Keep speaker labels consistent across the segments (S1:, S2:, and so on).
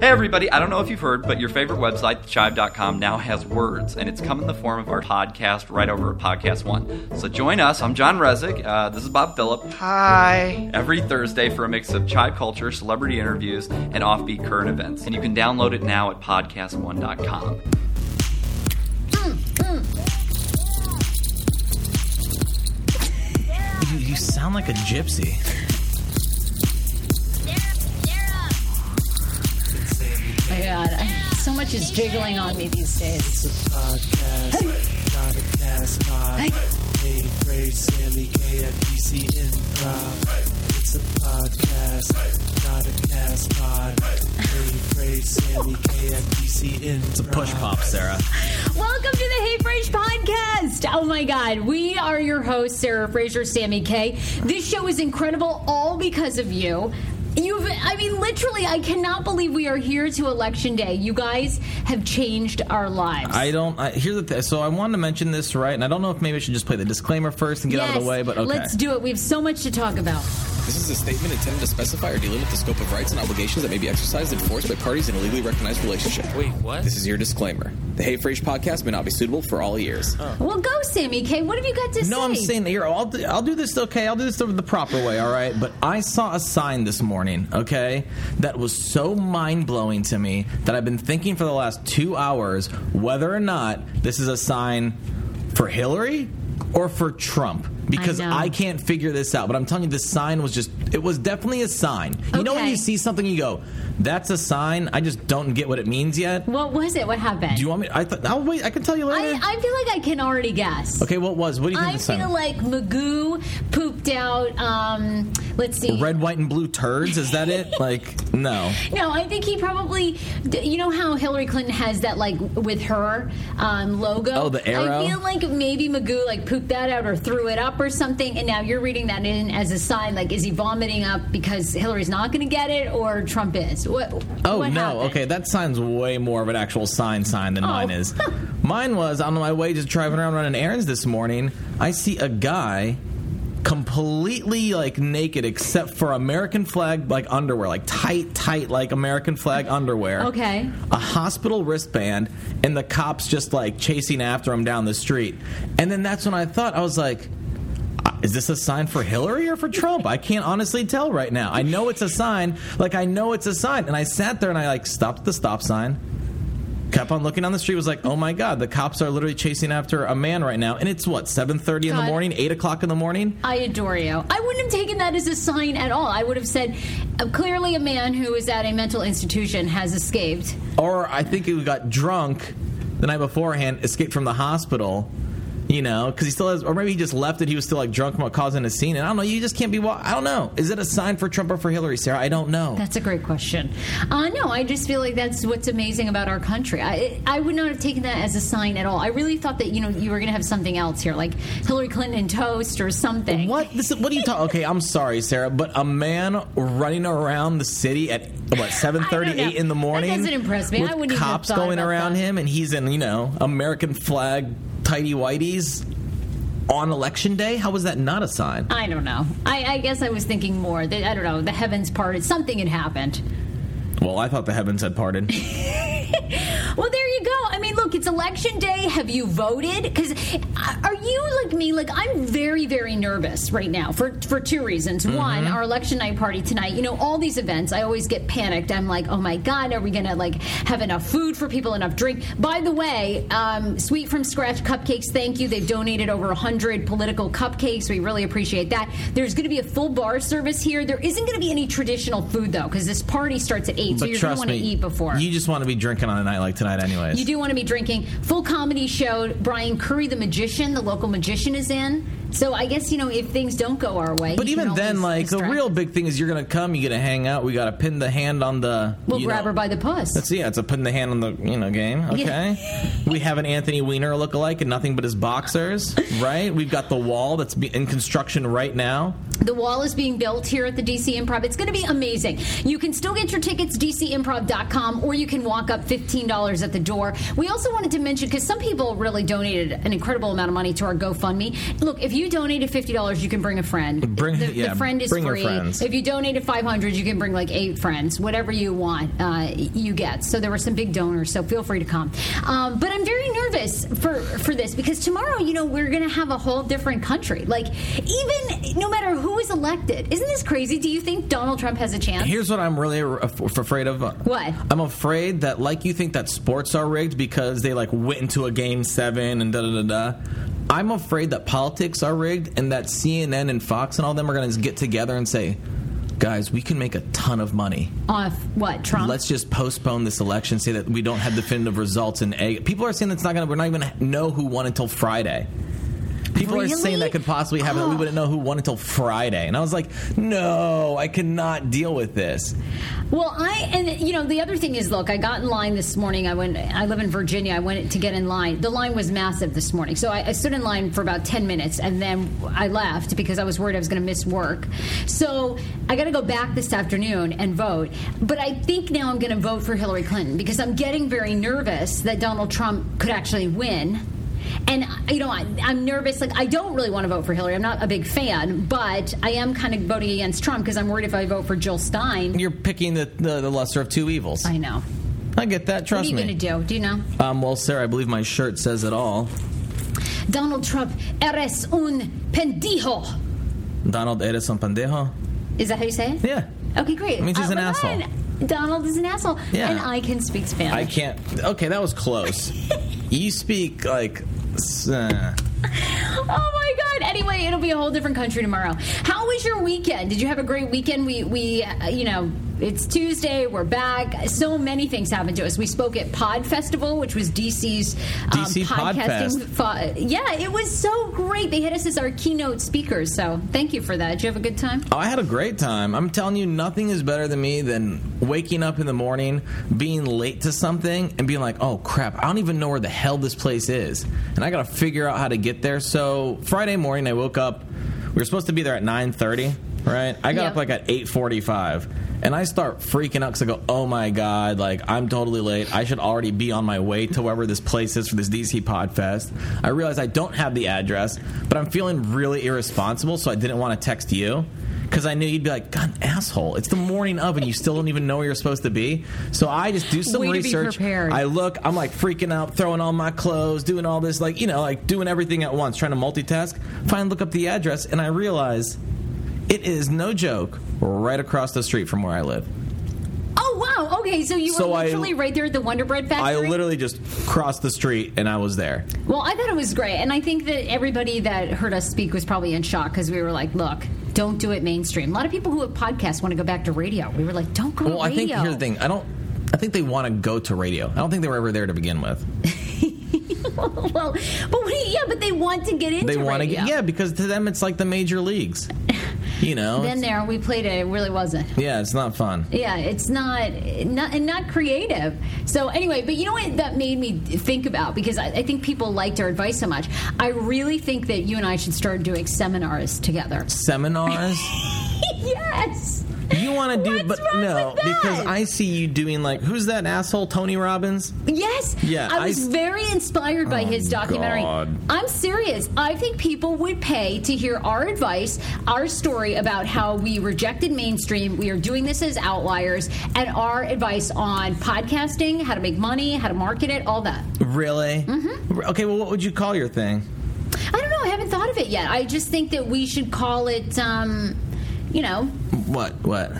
S1: Hey, everybody. I don't know if you've heard, but your favorite website, chive.com, now has words, and it's come in the form of our podcast right over at Podcast One. So join us. I'm John Rezick. Uh, this is Bob Phillip.
S2: Hi.
S1: Every Thursday for a mix of chive culture, celebrity interviews, and offbeat current events. And you can download it now at podcast1.com.
S3: You, you sound like a gypsy.
S4: Oh my god, I, so much is jiggling on me these days. Hey.
S5: It's a podcast, not a cast pod.
S3: It's a push pop, Sarah.
S4: Welcome to the Hey Frage podcast. Oh my god, we are your hosts, Sarah Fraser, Sammy K. This show is incredible, all because of you. You've, I mean, literally, I cannot believe we are here to election day. You guys have changed our lives.
S3: I don't. I, here's the thing. So I wanted to mention this, right? And I don't know if maybe I should just play the disclaimer first and get out of
S4: Yes,
S3: the way, but okay.
S4: Let's do it. We have so much to talk about.
S6: This is a statement intended to specify or delimit the scope of rights and obligations that may be exercised and enforced by parties in a legally recognized relationship. Wait, what? This is your disclaimer. The Hey Frage podcast may not be suitable for all ears.
S4: Well, go, Sammy K. What have you got to say?
S3: No, I'm saying here. I'll do- I'll do this. Okay, I'll do this the, the proper way. All right, but I saw a sign this morning. Okay, that was so mind blowing to me that I've been thinking for the last two hours whether or not this is a sign for Hillary or for Trump because
S4: know.
S3: I, can't figure this out. But I'm telling you, this sign was just. It was definitely a sign. You know when
S4: Okay.
S3: you see something, you go, "That's a sign." I just don't get what it means yet.
S4: What was it? What happened?
S3: Do you want me? I thought. I'll wait. I can tell you
S4: I,
S3: later.
S4: I feel like I can already guess.
S3: okay, what was? What do you think
S4: I
S3: the sign?
S4: feel like Magoo pooped out. Um, let's see.
S3: red, white, and blue turds? Is that it? Like, no.
S4: No, I think he probably. d- You know how Hillary Clinton has that like with her um, logo.
S3: Oh, the arrow?
S4: I feel like maybe Magoo like pooped that out or threw it up or something, and now you're reading that in as a sign. Like, is he vomiting up because Hillary's not going to get it, or Trump is? What?
S3: Oh
S4: what
S3: no.
S4: happened? Oh.
S3: Okay, that sign's way more of an actual sign sign than mine is. mine was on my way just driving around running errands this morning. I see a guy completely like naked except for American flag like underwear, like tight, tight like American flag underwear.
S4: Okay.
S3: a hospital wristband and the cops just like chasing after him down the street. And then that's when I thought, I was like, is this a sign for Hillary or for Trump? I can't honestly tell right now. I know it's a sign. Like, I know it's a sign. And I sat there and I like stopped at the stop sign. Kept on looking down the street. Was like, oh my god, the cops are literally chasing after a man right now, and it's what seven thirty in the
S4: God.
S3: morning, eight o'clock in the morning.
S4: I adore you. I wouldn't have taken that as a sign at all. I would have said, uh, clearly, a man who is at a mental institution has escaped.
S3: or I think he got drunk the night beforehand, escaped from the hospital. You know, because he still has, or maybe he just left it. He was still like drunk, from causing a scene. And I don't know. You just can't be. Wa- I don't know. Is it a sign for Trump or for Hillary, Sarah? I don't know.
S4: That's a great question. Uh, no, I just feel like that's what's amazing about our country. I, I would not have taken that as a sign at all. I really thought that you know you were going to have something else here, like Hillary Clinton and toast or something.
S3: what? This is, what are you talking? Okay, I'm sorry, Sarah, but a man running around the city at what seven
S4: I don't know.
S3: thirty-eight in the
S4: That
S3: morning.
S4: doesn't impress me. I
S3: With
S4: wouldn't even have
S3: cops
S4: thought
S3: going
S4: about
S3: around
S4: that.
S3: him, and he's in you know American flag tighty whities on election day. How was that not a sign?
S4: I don't know. I, I guess I was thinking more. That, I don't know. The heavens parted. Something had happened.
S3: Well, I thought the heavens had parted.
S4: Well, there you go. I mean, look, it's election day. Have you voted? Because are you like me? Like I'm very, very nervous right now for for two reasons. One, our election night party tonight. You know, all these events, I always get panicked. I'm like, oh my god, are we gonna like have enough food for people, enough drink? By the way, um, sweet from scratch cupcakes. Thank you. They've donated over hundred political cupcakes. We really appreciate that. There's going to be a full bar service here. There isn't going to be any traditional food though, because this party starts at eight, so you're going to want to eat before.
S3: You just want to be drinking on a night like tonight, anyways.
S4: You do want to be drinking. Full comedy show. Brian Curry, the magician, the local magician, is in. So I guess you know if things don't go our way.
S3: But
S4: you can
S3: even then,
S4: always
S3: like the
S4: distract.
S3: real big thing is you're gonna come, you're gonna hang out. We gotta pin the hand on the.
S4: we'll
S3: you
S4: grab
S3: know-
S4: her by the puss.
S3: That's yeah, it's a pin the hand on the you know game. Okay, we have an Anthony Weiner lookalike and nothing but his boxers, right? We've got the wall that's be- in construction right now.
S4: The wall is being built here at the DC Improv. It's going to be amazing. You can still get your tickets dcimprov.com or you can walk up $15 at the door. We also wanted to mention cuz some people really donated an incredible amount of money to our GoFundMe. Look, if you donated $50, you can bring a friend.
S6: Bring-
S4: the, the
S6: yeah,
S4: friend is
S6: bring your
S4: free.
S6: friends.
S4: If you donated 500, you can bring like eight friends, whatever you want, uh, you get. So there were some big donors, so feel free to come. Um, but I'm very nervous for for this because tomorrow, you know, we're going to have a whole different country. Like even no matter who is elected, isn't this crazy? Do you think Donald Trump has a chance?
S6: Here's what I'm really a- af- afraid of.
S4: What?
S6: I'm afraid that like you think that sports are rigged because they like went into a game seven and da da da da. I'm afraid that politics are rigged and that CNN and Fox and all them are going to get together and say, guys, we can make a ton of money.
S4: Off what Trump?
S6: Let's just postpone this election, say that we don't have definitive results and egg. People are saying that's not going to. We're not even know who won until Friday. People are
S4: Really?
S6: saying that could possibly happen. That we wouldn't know who won until Friday, and I was like, "No, I cannot deal with this."
S4: Well, I and you know the other thing is, look, I got in line this morning. I went. I live in Virginia. I went to get in line. The line was massive this morning, so I, I stood in line for about ten minutes, and then I left because I was worried I was going to miss work. So I got to go back this afternoon and vote. But I think now I'm going to vote for Hillary Clinton because I'm getting very nervous that Donald Trump could actually win. And you know, I, I'm nervous. Like, I don't really want to vote for Hillary. I'm not a big fan, but I am kind of voting against Trump because I'm worried if I vote for Jill Stein,
S6: You're picking the, the, the lesser of two evils.
S4: I
S6: I,
S4: know.
S6: get that.
S4: What are
S6: Trust
S4: you
S6: me.
S4: going to do? Do you know?
S6: Um, well, Sarah, I believe my shirt says it all.
S4: Donald Trump, eres un pendijo.
S6: Donald eres un pendejo.
S4: Is that how you say it?
S6: Yeah.
S4: Okay, great.
S6: means he's an
S4: my
S6: asshole.
S4: God. Donald is an asshole.
S6: Yeah.
S4: And I can speak
S6: I
S4: Spanish.
S6: can't. Okay, that was close. you speak like. s- Uh,
S4: oh my God. Anyway, it'll be a whole different country tomorrow. How was your weekend? Did you have a great weekend? We, we uh, you know, it's Tuesday. We're back. So many things happened to us. We spoke at Pod Festival, which was DC's um,
S6: DC Pod
S4: podcasting.
S6: Fest.
S4: fo- yeah, it was so great. They had us as our keynote speakers. So thank you for that. Did you have a good time?
S6: Oh, I had a great time. I'm telling you, nothing is better than me than waking up in the morning, being late to something, and being like, oh crap, I don't even know where the hell this place is. And I gotta figure out how to get there. So Friday morning I woke up, we were supposed to be there at 9:30, right? I got
S4: Yeah.
S6: up like at 8:45. And I start freaking out because I go, oh my God, like I'm totally late. I should already be on my way to wherever this place is for this DC Podfest. I realize I don't have the address, but I'm feeling really irresponsible, so I didn't want to text you because I knew you'd be like, God, asshole, it's the morning of and you still don't even know where you're supposed to be. So I just do some
S4: Way to be
S6: research.
S4: prepared.
S6: I look, I'm like freaking out, throwing all my clothes, doing all this, like, you know, like doing everything at once, trying to multitask. Finally, look up the address, and I realize it is no joke right across the street from where I live.
S4: Oh wow! Okay, so you
S6: So
S4: were
S6: I-
S4: literally right there at the Wonder Bread
S6: I
S4: factory.
S6: literally just crossed the street and I was there.
S4: well, I thought it was great, and I think that everybody that heard us speak was probably in shock because we were like, "Look, don't do it mainstream." A lot of people who have podcasts want to go back to radio. We were like, "Don't go
S6: Well,
S4: to
S6: I
S4: radio."
S6: think here's the thing. I don't. I think they want to go to radio. I don't think they were ever there to begin with.
S4: well, but what do you- yeah, but they want to get into.
S6: They want to
S4: radio.
S6: get yeah, because to them it's like the major leagues. You know.
S4: Then
S6: It's-
S4: there, we played it. It really wasn't.
S6: yeah, it's not fun.
S4: Yeah, it's not not and not creative. So anyway, but you know what that made me think about because I, I think people liked our advice so much. I really think that you and I should start doing seminars together.
S6: Seminars.
S4: yes.
S6: You want to do,
S4: What's
S6: but
S4: wrong
S6: no,
S4: with that?
S6: because I see you doing like who's that asshole Tony Robbins?
S4: Yes.
S6: Yeah,
S4: I
S6: I
S4: was
S6: s-
S4: very inspired by his documentary.
S6: God.
S4: I'm serious. I think people would pay to hear our advice, our story about how we rejected mainstream. We are doing this as outliers, and our advice on podcasting, how to make money, how to market it, all that.
S6: Really? Mm-hmm. Okay, well, what would you call your thing?
S4: I don't know. I haven't thought of it yet. I just think that we should call it. Um, you know,
S6: What? What?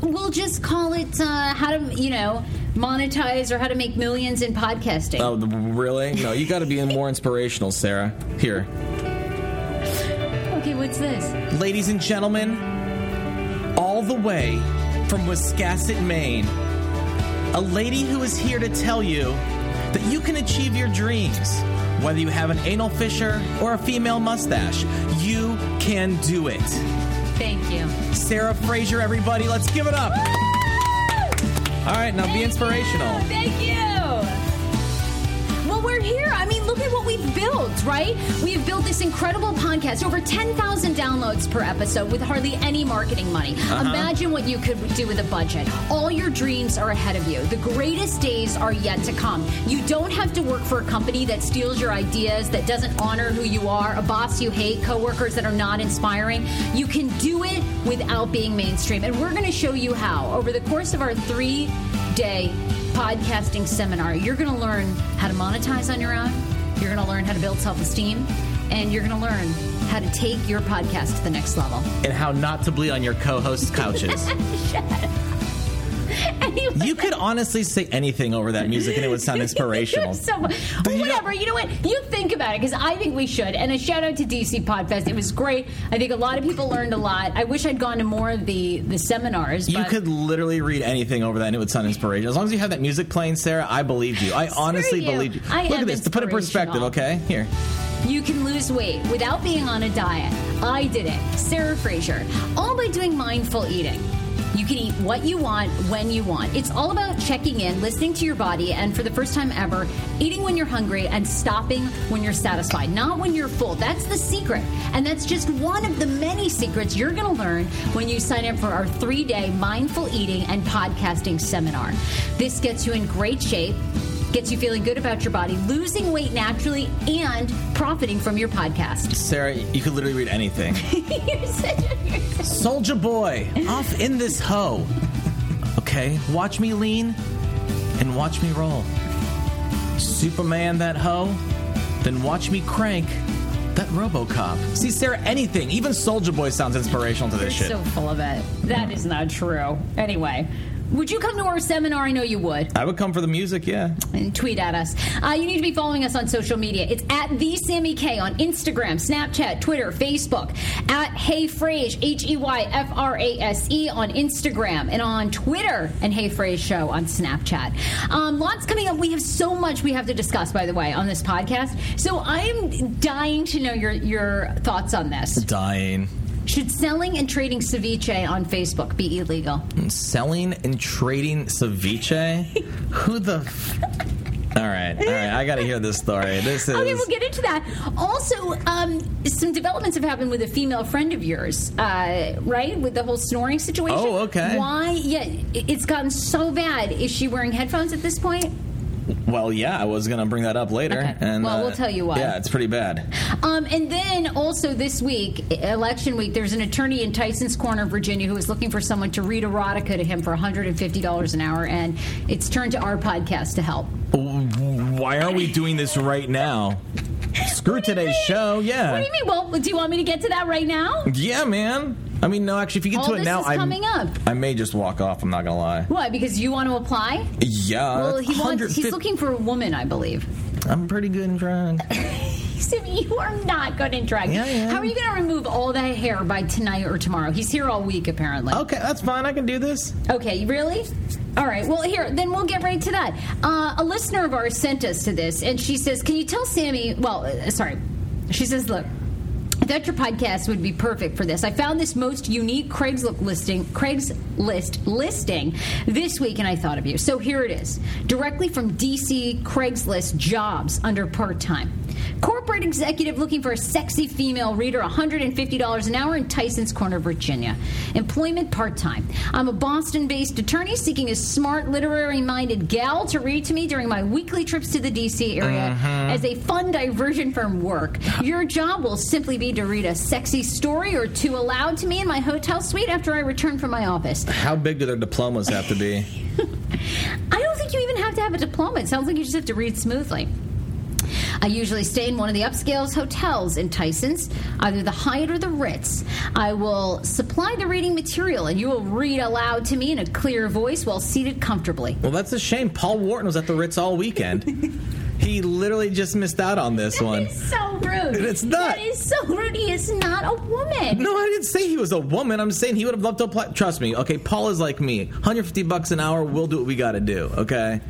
S4: we'll just call it uh, how to, you know, monetize or how to make millions in podcasting.
S6: Oh, the- really? No, you got to be more inspirational, Sarah. Here,
S4: Okay, what's this?
S6: ladies and gentlemen, all the way from Wiscasset, Maine, a lady who is here to tell you that you can achieve your dreams. Whether you have an anal fissure or a female mustache, you can do it.
S4: Thank you.
S6: Sarah Fraser, everybody. Let's give it up. All right, now be inspirational.
S4: Thank you. Well, Well, we're here. I mean, look at what we've built, right? We've built this incredible podcast, over 10,000 downloads per episode with hardly any marketing money. Imagine what you could do with a budget. All your dreams are ahead of you. The greatest days are yet to come. You don't have to work for a company that steals your ideas, that doesn't honor who you are, a boss you hate, coworkers that are not inspiring. You can do it without being mainstream. And we're going to show you how over the course of our three day podcasting seminar. You're going to learn how to monetize on your own. You're going to learn how to build self esteem. And you're going to learn how to take your podcast to the next level.
S6: and how not to bleed on your co-host's couches.
S4: Anyway,
S6: you could honestly say anything over that music, and it would sound inspirational.
S4: so, well, whatever. You know what? You think about it because I think we should. And a shout out to DC Podfest. It was great. I think a lot of people learned a lot. I wish I'd gone to more of the the seminars.
S6: You
S4: but-
S6: could literally read anything over that, and it would sound inspirational. As long as you have that music playing, Sarah, I believe you. I honestly
S4: you.
S6: believe you.
S4: I
S6: Look
S4: am
S6: at this to put in perspective.
S4: inspirational.
S6: Okay, here.
S4: You can lose weight without being on a diet. I did it, Sarah Fraser, all by doing mindful eating. You can eat what you want when you want. It's all about checking in, listening to your body, and for the first time ever, eating when you're hungry and stopping when you're satisfied, not when you're full. That's the secret. And that's just one of the many secrets you're going to learn when you sign up for our three day mindful eating and podcasting seminar. This gets you in great shape gets you feeling good about your body, losing weight naturally, and profiting from your podcast.
S6: Sarah, you could literally read anything.
S4: You're such a-
S6: Soldier boy, off in this hoe. Okay, watch me lean and watch me roll. Superman that hoe, then watch me crank that RoboCop. See, Sarah, anything, even Soldier Boy sounds inspirational to this
S4: You're
S6: shit.
S4: so full of it. That is not true. Anyway. Would you come to our seminar? I know you would.
S6: I would come for the music, yeah.
S4: And tweet at us. Uh, you need to be following us on social media. It's at the Sammy K on Instagram, Snapchat, Twitter, Facebook. At Hey Frage, H E Y F R A S E on Instagram and on Twitter, and Hey Frage Show on Snapchat. Um, lots coming up. We have so much we have to discuss, by the way, on this podcast. So I'm dying to know your your thoughts on this.
S6: Dying.
S4: Should selling and trading ceviche on Facebook be illegal?
S6: Selling and trading ceviche? Who the. F- all right, all right, I gotta hear this story. This is.
S4: Okay, we'll get into that. Also, um, some developments have happened with a female friend of yours, uh, right? With the whole snoring situation.
S6: Oh, okay.
S4: Why? Yeah, it- it's gotten so bad. Is she wearing headphones at this point?
S6: well, yeah, I was gonna bring that up later.
S4: Okay.
S6: And, uh,
S4: Well, we'll tell you why.
S6: Yeah, it's pretty bad.
S4: Um, and then also this week, i- election week, there's an attorney in Tyson's Corner, Virginia, who is looking for someone to read erotica to him for $150 an hour, and it's turned to our podcast to help.
S6: Why aren't we doing this right now? Screw today's show. Yeah.
S4: What do you mean? Well, do you want me to get to that right now?
S6: Yeah, man. I mean, no, actually, if you get
S4: All
S6: to it
S4: this
S6: now,
S4: is
S6: I
S4: coming up.
S6: I may just walk off. I'm not gonna lie.
S4: Why? Because you want to apply?
S6: Yeah.
S4: Well,
S6: that's
S4: he wants, he's
S6: 150
S4: looking for a woman, I believe.
S6: I'm pretty good in drag.
S4: Simi, you are not good in drag.
S6: Yeah, I am.
S4: How are you going to remove all that hair by tonight or tomorrow? He's here all week, apparently.
S6: okay, that's fine. I can do this.
S4: Okay, really? All right. Well, here, then we'll get right to that. Uh, a listener of ours sent us to this, and she says, Can you tell Sammy? Well, uh, sorry. She says, Look. I thought your podcast would be perfect for this. I found this most unique Craigslist listing, Craigslist listing this week, and I thought of you. So here it is, directly from DC Craigslist jobs under part time. Corporate executive looking for a sexy female reader, $150 an hour in Tyson's Corner, Virginia. Employment part time. I'm a Boston based attorney seeking a smart, literary minded gal to read to me during my weekly trips to the DC area as a fun diversion from work. Your job will simply be to read a sexy story or two aloud to me in my hotel suite after I return from my office.
S6: How big do their diplomas have to be?
S4: I don't think you even have to have a diploma. It sounds like you just have to read smoothly. I usually stay in one of the upscale hotels in Tyson's, either the Hyatt or the Ritz. I will supply the reading material, and you will read aloud to me in a clear voice while seated comfortably.
S6: Well, that's a shame. Paul Wharton was at the Ritz all weekend. he literally just missed out on this one.
S4: That is so rude.
S6: It's not.
S4: That is so rude. He is not a woman.
S6: No, I didn't say he was a woman. I'm saying he would have loved to apply. Trust me. Okay, Paul is like me. 150 bucks an hour. We'll do what we got to do. Okay.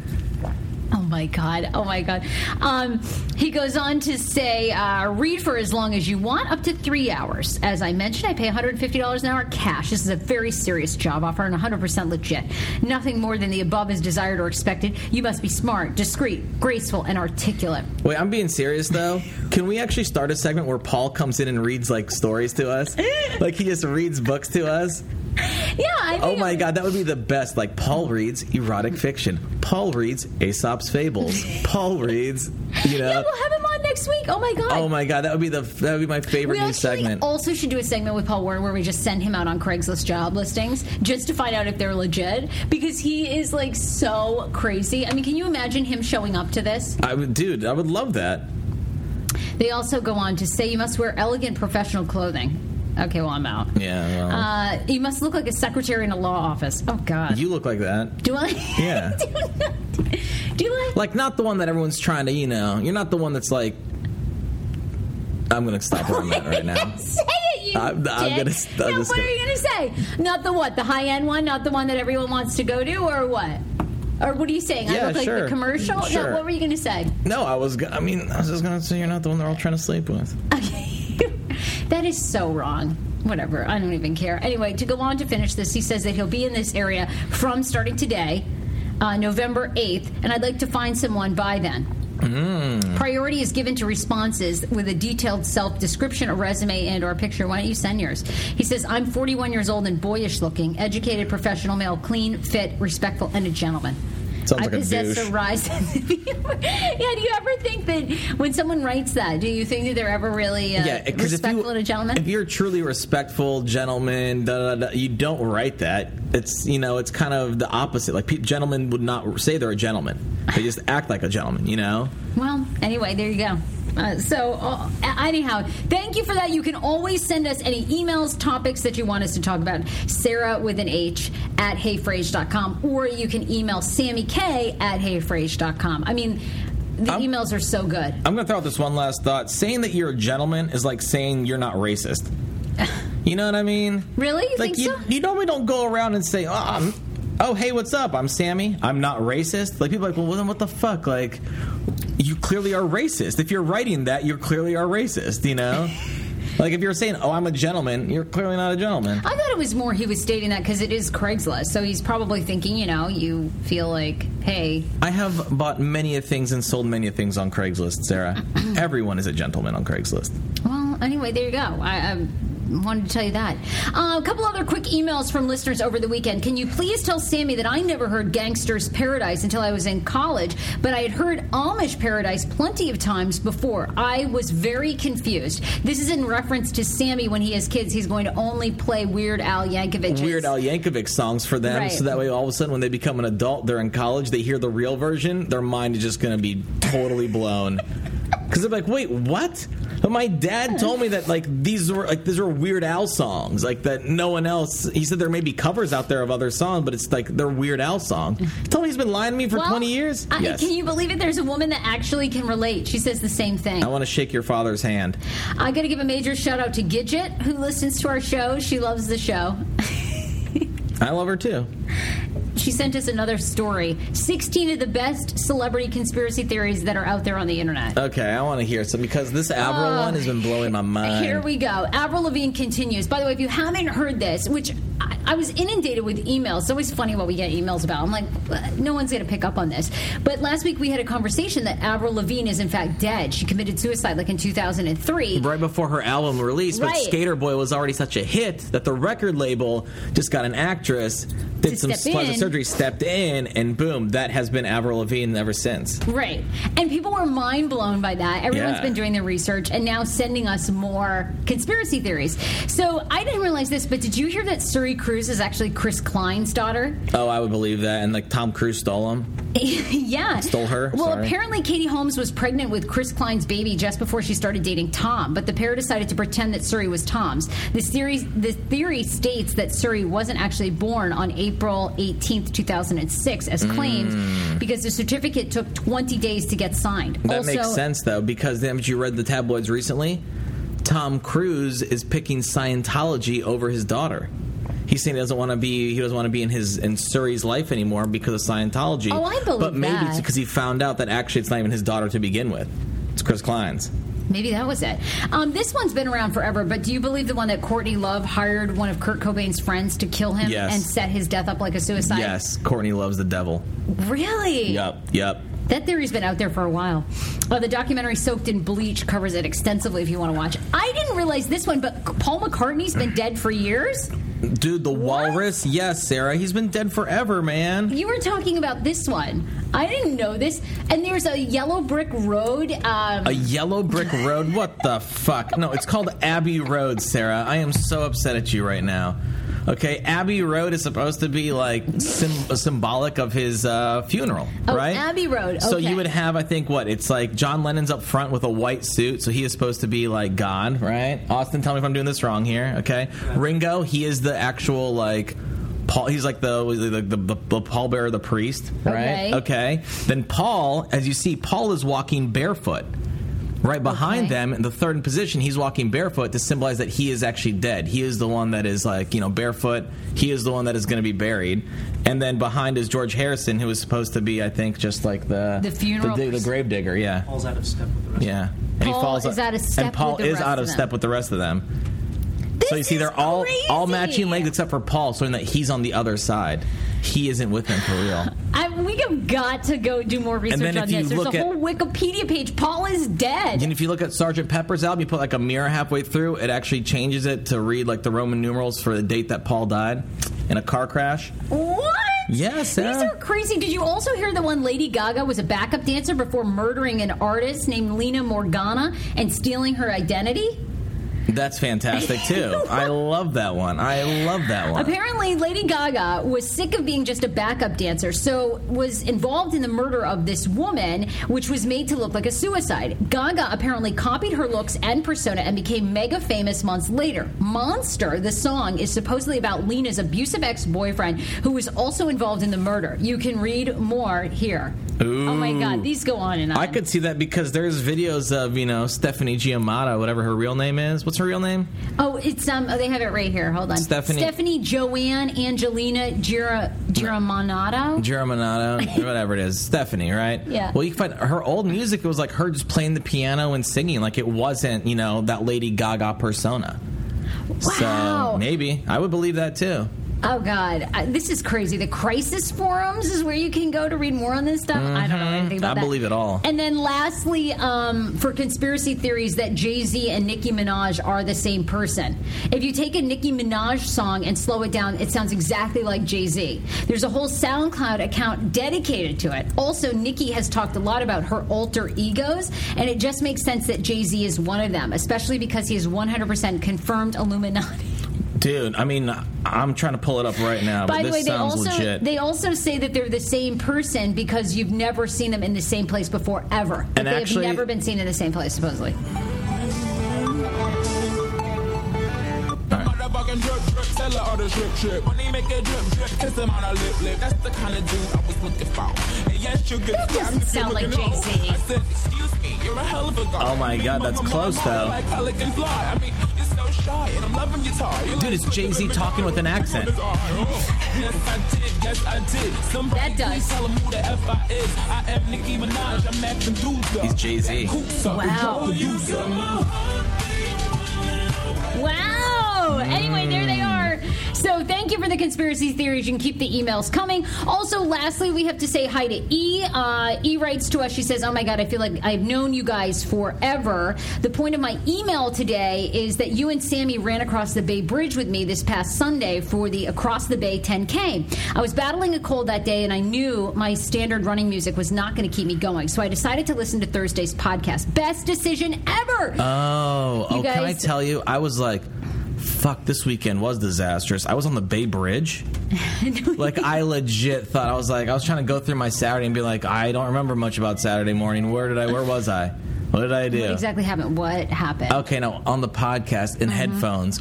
S4: Oh my God. Oh, my God. Um, he goes on to say, uh, read for as long as you want, up to three hours. As I mentioned, I pay $150 an hour cash. This is a very serious job offer and 100% legit. Nothing more than the above is desired or expected. You must be smart, discreet, graceful, and articulate.
S6: Wait, I'm being serious though. Can we actually start a segment where Paul comes in and reads like stories to us? Like he just reads books to us.
S4: Yeah, I mean,
S6: Oh my god, that would be the best. Like Paul reads erotic fiction. Paul reads Aesop's fables. Paul reads, you
S4: Yeah,
S6: know.
S4: we'll have him on next week. Oh, my God.
S6: Oh my god, that would be the that would be my favorite
S4: We
S6: new
S4: actually
S6: segment.
S4: also should do a segment with Paul Warren where we just send him out on Craigslist job listings just to find out if they're legit because he is like so crazy. I mean, can you imagine him showing up to this?
S6: I would dude, I would love that.
S4: They also go on to say you must wear elegant professional clothing. Okay, well, I'm out.
S6: Yeah. Well,
S4: Uh, you must look like a secretary in a law office. Oh, God.
S6: you look like that.
S4: do I?
S6: Yeah.
S4: do I?
S6: Like not the one that everyone's trying to, you know. You're not the one that's like I'm going to stop where I'm at right now.
S4: Say it, you
S6: I'm- I'm
S4: dick.
S6: gonna st- I'm
S4: Now,
S6: just
S4: what
S6: gonna-
S4: are you gonna say? Not the what? The high end one? Not the one that everyone wants to go to, or what? Or what are you saying?
S6: Yeah,
S4: I look like
S6: sure.
S4: the commercial.
S6: Sure.
S4: No, what were you gonna say?
S6: No, I was. go- I mean, I was just gonna say you're not the one they're all trying to sleep with.
S4: that is so wrong. Whatever. I don't even care. Anyway, to go on to finish this, he says that he'll be in this area from starting today, uh, November 8th, and I'd like to find someone by then. Priority is given to responses with a detailed self description, a resume, and or a picture. Why don't you send yours? He says, "I'm 41 years old and boyish looking, educated, professional male, clean, fit, respectful, and a gentleman."
S6: Sounds
S4: I
S6: like a
S4: possess
S6: douche.
S4: a rise. yeah, do you ever think that when someone writes that, do you think that they're ever really uh,
S6: yeah, because if
S4: respectful
S6: you,
S4: and a gentleman?
S6: if you're a truly respectful gentleman, da, da, da, you don't write that. It's you know, it's kind of the opposite. Like pe- gentlemen would not say they're a gentleman; they just act like a gentleman. You know,
S4: Well, anyway, there you go. Uh, so, uh, anyhow, thank you for that. You can always send us any emails, topics that you want us to talk about. Sarah with an H at heyfrage.com, or you can email Sammy K at heyfrage.com. I mean, the
S6: I'm-
S4: emails are so good.
S6: I'm gonna throw out this one last thought: saying that you're a gentleman is like saying you're not racist. You know what I mean?
S4: Really? You
S6: like
S4: think
S6: you,
S4: so?
S6: you normally don't go around and say, oh, I'm, "Oh, hey, what's up? I'm Sammy. I'm not racist." Like people are like, "Well, then what the fuck?" Like you clearly are racist. If you're writing that, you clearly are racist. You know. Like if you're saying, "Oh, I'm a gentleman," you're clearly not a gentleman.
S4: I thought it was more he was stating that because it is Craigslist. So he's probably thinking, you know, you feel like, hey,
S6: I have bought many of things and sold many of things on Craigslist, Sarah. Everyone is a gentleman on Craigslist.
S4: Well, anyway, there you go. I, I wanted to tell you that. Uh, a couple other quick emails from listeners over the weekend. Can you please tell Sammy that I never heard Gangster's Paradise until I was in college, but I had heard Amish Paradise plenty of times before. I was very confused. This is in reference to Sammy when he has kids. He's going to only play Weird Al Yankovic.
S6: Weird Al Yankovic songs for them,
S4: Right.
S6: so that way all of a sudden when they become an adult, they're in college, they hear the real version, their mind is just going to be totally blown. Because they're like, wait, what? But my dad told me that like these were like these were Weird Al songs, like that no one else. He said there may be covers out there of other songs, but it's like they're Weird Al songs. He told me he's been lying to me for
S4: Well,
S6: twenty years.
S4: I-
S6: yes,
S4: Can you believe it? There's a woman that actually can relate. She says the same thing.
S6: I want to shake your father's hand.
S4: I got to give a major shout out to Gidget, who listens to our show. She loves the show.
S6: I love her too.
S4: She sent us another story 16 of the best celebrity conspiracy theories that are out there on the internet.
S6: Okay, I want to hear some because this Avril one has been blowing my mind.
S4: Here we go. Avril Lavigne continues. By the way, if you haven't heard this, which I, I was inundated with emails, it's always funny what we get emails about. I'm like, uh, no one's going to pick up on this. But last week we had a conversation that Avril Lavigne is in fact dead. She committed suicide like in 2003.
S6: right before her album release, but
S4: Right.
S6: Skater Boy was already such a hit that the record label just got an actress, did
S4: To
S6: some
S4: step
S6: plastic
S4: in.
S6: surgery, stepped in, and boom, that has been Avril Lavigne ever since.
S4: Right. And people were mind blown by that. Everyone's
S6: Yeah.
S4: been doing their research and now sending us more conspiracy theories. So I didn't realize this, but did you hear that Suri Cruz is actually Chris Klein's daughter?
S6: Oh, I would believe that. And like Tom Cruise stole him.
S4: yeah.
S6: Stole her?
S4: Well,
S6: Sorry.
S4: apparently Katie Holmes was pregnant with Chris Klein's baby just before she started dating Tom, but the pair decided to pretend that Suri was Tom's. The theory, the theory states that Suri wasn't actually born on April 18th, 2006, as claimed, because the certificate took 20 days to get signed.
S6: Mm. That
S4: also,
S6: makes sense though, because haven't you read the tabloids recently? Tom Cruise is picking Scientology over his daughter. He's saying he doesn't want to be he doesn't want to be in his in Surrey's life anymore because of Scientology.
S4: Oh, I believe
S6: But maybe
S4: that.
S6: it's because he found out that actually it's not even his daughter to begin with. It's Chris Klein's.
S4: Maybe that was it. Um, this one's been around forever, but do you believe the one that Courtney Love hired one of Kurt Cobain's friends to kill him
S6: Yes.
S4: and set his death up like a suicide?
S6: Yes, Courtney loves the devil.
S4: Really?
S6: Yep, yep.
S4: That theory's been out there for a while. Uh, the documentary Soaked in Bleach covers it extensively if you want to watch. I didn't realize this one, but Paul McCartney's been dead for years.
S6: Dude, the walrus. Yes, Sarah, he's been dead forever, man.
S4: You were talking about this one. I didn't know this. And there's a yellow brick road. Um,
S6: A yellow brick road. What the fuck? No, it's called Abbey Road, Sarah. I am so upset at you right now. Okay, Abbey Road is supposed to be like sym- symbolic of his uh, funeral,
S4: Oh,
S6: right?
S4: Abbey Road,
S6: So
S4: okay.
S6: you would have, I think, what it's like. John Lennon's up front with a white suit, so he is supposed to be like God, right? Austin, tell me if I'm doing this wrong here. Okay, Ringo, he is the actual like. Paul, he's like the the, the, the, the pallbearer, the priest, right?
S4: Okay.
S6: okay. Then Paul, as you see, Paul is walking barefoot. Right behind
S4: Okay.
S6: them, in the third position, he's walking barefoot to symbolize that he is actually dead. He is the one that is like, you know, barefoot. He is the one that is going to be buried. And then behind is George Harrison, who is supposed to be, I think, just like the
S4: The funeral
S6: the, the,
S4: person.
S6: grave digger. Yeah,
S2: Falls out of step with the rest.
S6: yeah. And
S4: Paul is out of step
S6: and Paul
S4: with the
S6: is
S4: rest of
S6: out of
S4: them.
S6: step with the rest of them.
S4: this
S6: so you see,
S4: is
S6: they're all all
S4: crazy.
S6: matching legs except for Paul, showing that he's on the other side. He isn't with them for real.
S4: I, we have got to go do more research
S6: then if
S4: on
S6: you
S4: this. There's
S6: look
S4: a
S6: at-
S4: whole Wikipedia page. Paul is dead.
S6: And if you look at Sergeant Pepper's album, you put like a mirror halfway through, it actually changes it to read like the Roman numerals for the date that Paul died in a car crash.
S4: What?
S6: Yes,
S4: These
S6: Sarah.
S4: are crazy. Did you also hear the one Lady Gaga was a backup dancer before murdering an artist named Lena Morgana and stealing her identity?
S6: That's fantastic too. I love that one. I love that one.
S4: Apparently, Lady Gaga was sick of being just a backup dancer, so was involved in the murder of this woman, which was made to look like a suicide. Gaga apparently copied her looks and persona and became mega famous months later. Monster, the song, is supposedly about Lena's abusive ex boyfriend, who was also involved in the murder. You can read more here. Oh my God, these go on and on.
S6: I could see that because there's videos of you know Stephanie Giamata, whatever her real name is. What's her real name?
S4: Oh, it's um. Oh, they have it right here. Hold on.
S6: Stephanie-
S4: Stephanie Joanne Angelina Gira Giramonato.
S6: Giramonato, whatever it is, Stephanie, right?
S4: Yeah.
S6: Well, you can find her old music. It was like her just playing the piano and singing. Like it wasn't you know that Lady Gaga persona.
S4: Wow.
S6: So maybe I would believe that too.
S4: Oh God, I, this is crazy. The crisis forums is where you can go to read more on this stuff. I don't know anything about
S6: Mm-hmm. I
S4: that.
S6: believe it all.
S4: And then lastly, um, for conspiracy theories that Jay Z and Nicki Minaj are the same person. If you take a Nicki Minaj song and slow it down, it sounds exactly like Jay Z. There's a whole SoundCloud account dedicated to it. Also, Nicki has talked a lot about her alter egos, and it just makes sense that Jay Z is one of them, especially because he is 100% confirmed Illuminati.
S6: Dude, I mean, I'm trying to pull it up right now, but
S4: By the
S6: this
S4: way, they
S6: sounds
S4: also
S6: legit.
S4: they also say that they're the same person because you've never seen them in the same place before ever. That
S6: And
S4: they
S6: actually-
S4: have never been seen in the same place supposedly.
S7: Motherfucking drip, drip, tell her all the drip, drip. Money make it drip, drip, kiss him on her lip, lip. That's the kind of dude I was looking for. And yes, you get
S4: That doesn't
S7: stabbed if
S4: sound
S7: you're
S4: like
S7: looking old.
S4: Jay-Z.
S7: I said, excuse me, you're a hell of a guy.
S6: Oh my God, that's close, though.
S7: Like Pelican Fly. I mean, you're so shy, and I'm loving your tie. You're
S6: Dude,
S7: like
S6: it's Jay-Z
S7: Slippin'
S6: talking with an
S7: Rick Ross.
S6: accent.
S7: Oh, Yes, I did, yes, I did. Somebody
S4: That does.
S7: please tell him who the F I is. I am Nicki Minaj, I'm Max and Dudes.
S6: He's Jay-Z.
S4: Wow. Wow. Anyway, there they are. So thank you for the conspiracy theories. You can keep the emails coming. Also, lastly, we have to say hi to E. Uh, e writes to us. She says, Oh my God, I feel like I've known you guys forever. The point of my email today is that you and Sammy ran across the Bay Bridge with me this past Sunday for the Across the Bay 10K. I was battling a cold that day and I knew my standard running music was not going to keep me going. So I decided to listen to Thursday's podcast. Best decision ever.
S6: oh,
S4: You
S6: oh can I
S4: guys-
S6: tell you? I was like, fuck, this weekend was disastrous. I was on the Bay Bridge. like, I legit thought, I was like, I was trying to go through my Saturday and be like, I don't remember much about Saturday morning. Where did I, where was I? What did I do?
S4: What exactly happened? What happened?
S6: Okay, no, on the podcast
S4: Uh-huh.
S6: in headphones.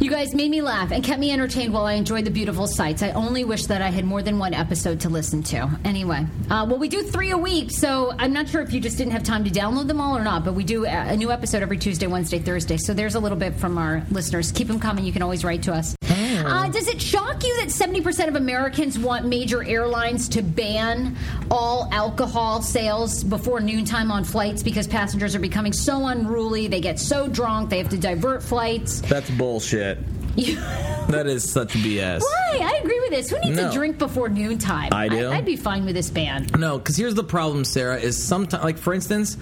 S4: You guys made me laugh and kept me entertained while I enjoyed the beautiful sights. I only wish that I had more than one episode to listen to. Anyway, uh, well, we do three a week, so I'm not sure if you just didn't have time to download them all or not, but we do a, a new episode every Tuesday, Wednesday, Thursday. So there's a little bit from our listeners. Keep them coming. You can always write to us. Uh, does it shock you that 70% of Americans want major airlines to ban all alcohol sales before noontime on flights because passengers are becoming so unruly? They get so drunk, they have to divert flights.
S6: That's bullshit. That is such BS.
S4: Why? I agree with this. Who needs
S6: No.
S4: a drink before noontime?
S6: I do.
S4: I, would be fine with this ban.
S6: No, because here's the problem, Sarah. Is sometimes like for instance,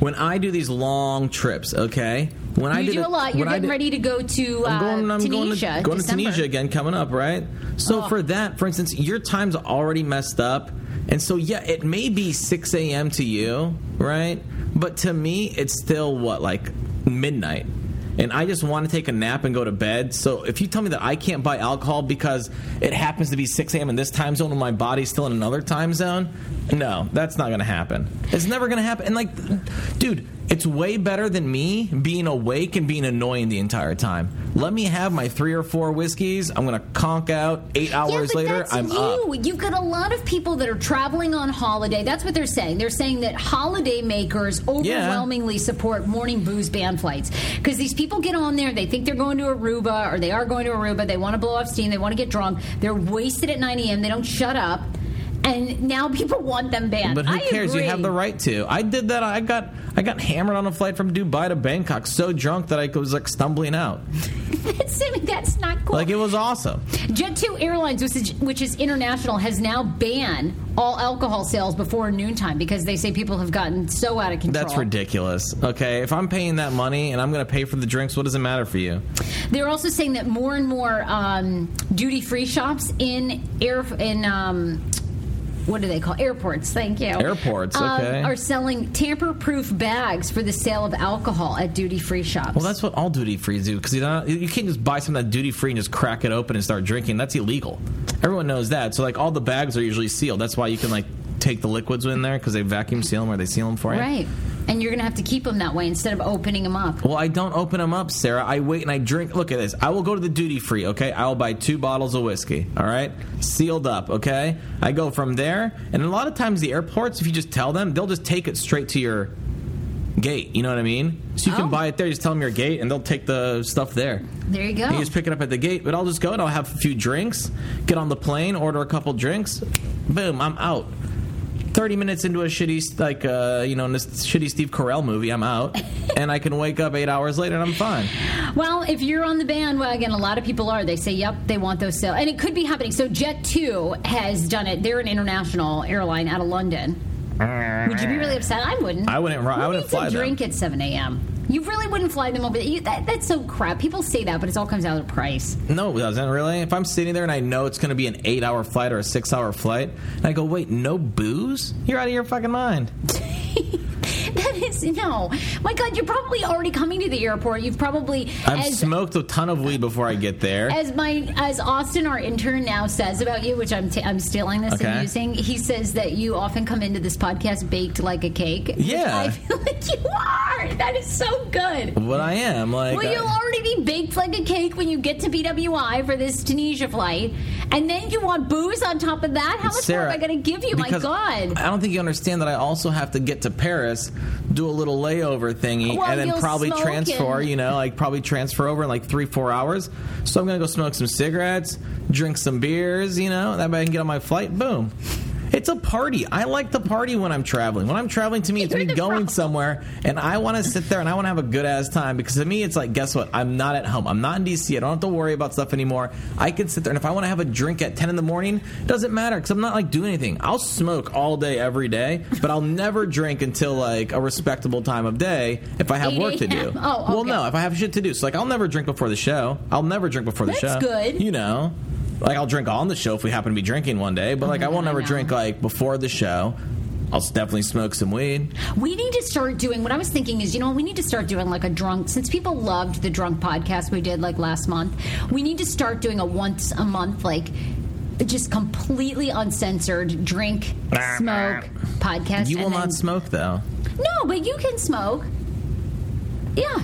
S6: when I do these long trips, okay, when I
S4: You
S6: did
S4: do a lot. You're
S6: when I
S4: getting
S6: did-
S4: ready to go to uh,
S6: I'm going, I'm going
S4: Tunisia.
S6: to, going to
S4: December.
S6: Tunisia again coming up, right? So
S4: Oh.
S6: for that, for instance, your time's already messed up, and so yeah, it may be 6 a.m. to you, right? But to me, it's still what like midnight. And I just want to take a nap and go to bed. So if you tell me that I can't buy alcohol because it happens to be 6 a.m. in this time zone and my body's still in another time zone, no, that's not going to happen. It's never going to happen. And like, dude, it's way better than me being awake and being annoying the entire time. Let me have my three or four whiskeys. I'm gonna conk out. Eight
S4: Yeah,
S6: hours
S4: but
S6: later,
S4: that's
S6: I'm
S4: you.
S6: up.
S4: You've got a lot of people that are traveling on holiday. That's what they're saying. They're saying that holiday makers overwhelmingly support morning booze ban flights because these people get on there, they think they're going to Aruba or they are going to Aruba. They want to blow off steam, they want to get drunk. They're wasted at 9 a.m. They don't shut up, and now people want them banned.
S6: But who
S4: I
S6: cares?
S4: Agree.
S6: You have the right to. I did that. I got I got hammered on a flight from Dubai to Bangkok, so drunk that I was like stumbling out.
S4: that's, I mean, that's not cool.
S6: Like it was awesome.
S4: Jet2 Airlines, which is, which is international, has now banned all alcohol sales before noontime because they say people have gotten so out of control.
S6: That's ridiculous. Okay, if I'm paying that money and I'm gonna pay for the drinks, what does it matter for you?
S4: They're also saying that more and more um, duty-free shops in air in um, what do they call airports? Thank you.
S6: Airports,
S4: um,
S6: okay.
S4: Are selling tamper-proof bags for the sale of alcohol at duty-free shops.
S6: Well, that's what all duty free do because you know you can't just buy something that duty free and just crack it open and start drinking. That's illegal. Everyone knows that. So like all the bags are usually sealed. That's why you can like take the liquids in there because they vacuum seal them or they seal them for you.
S4: right. And you're going to have to keep them that way instead of opening them up.
S6: Well, I don't open them up, Sarah. I wait and I drink. Look at this. I will go to the duty free, okay? I will buy two bottles of whiskey, all right? Sealed up, okay? I go from there. And a lot of times, the airports, if you just tell them, they'll just take it straight to your gate. You know what I mean? So you
S4: Oh.
S6: can buy it there. Just tell them your gate, and they'll take the stuff there.
S4: There you go.
S6: You just pick it up at the gate. But I'll just go and I'll have a few drinks, get on the plane, order a couple drinks. Boom, I'm out. 30 minutes into a shitty, like, uh, you know, in this shitty Steve Carell movie, I'm out. and I can wake up eight hours later and I'm fine.
S4: Well, if you're on the bandwagon, a lot of people are. They say, yep, they want those sales. And it could be happening. So Jet2 has done it. They're an international airline out of London. Would you be really upset? I wouldn't.
S6: I wouldn't ri- I
S4: Who
S6: wouldn't
S4: needs to
S6: fly them.
S4: drink at 7 a.m.? You really wouldn't fly them over. You, that, that's so crap. People say that, but it all comes out of the price.
S6: No, it doesn't really. If I'm sitting there and I know it's going to be an eight hour flight or a six hour flight, and I go, wait, no booze? You're out of your fucking mind.
S4: That is no. My God, you're probably already coming to the airport. You've probably
S6: I've
S4: as
S6: smoked a ton of weed before I get there.
S4: as my as Austin, our intern now says about you, which I'm t- I'm stealing this
S6: Okay.
S4: and using. He says that you often come into this podcast baked like a cake. which
S6: Yeah. Oh
S4: I feel like you are. That is so good.
S6: but I am. Like,
S4: Well, you'll
S6: I-
S4: already be baked like a cake when you get to BWI for this Tunisia flight, and then you want booze on top of that. How much more am I going to give you? My
S6: because
S4: God.
S6: I don't think you understand that I also have to get to Paris, do a little layover thingy,
S4: Well,
S6: and
S4: you'll
S6: then probably
S4: smoke
S6: transfer.
S4: and-
S6: You know, like probably transfer over in like three, four hours. So I'm gonna go smoke some cigarettes, drink some beers. You know, that way I can get on my flight. Boom. It's a party. I like the party when I'm traveling. When I'm traveling, to me, it's
S4: You're
S6: me
S4: the
S6: going
S4: problem.
S6: somewhere, and I want to sit there and I want to have a good ass time because to me, it's like, guess what? I'm not at home. I'm not in DC. I don't have to worry about stuff anymore. I can sit there, and if I want to have a drink at 10 in the morning, it doesn't matter because I'm not like doing anything. I'll smoke all day, every day, but I'll never drink until like a respectable time of day if I have
S4: 8
S6: work to do.
S4: a.m.. Oh, okay.
S6: Well, no, if I have shit to do. So, like, I'll never drink before the show. I'll never drink before the
S4: That's
S6: show.
S4: good.
S6: You know? Like, I'll drink on the show if we happen to be drinking one day, but like, I won't
S4: God, I
S6: ever
S4: know.
S6: drink like before the show. I'll definitely smoke some weed.
S4: We need to start doing what I was thinking is, you know, we need to start doing like a drunk since people loved the drunk podcast we did like last month. We need to start doing a once a month like just completely uncensored drink smoke podcast.
S6: You will
S4: and then-
S6: not smoke though.
S4: No, but you can smoke. Yeah.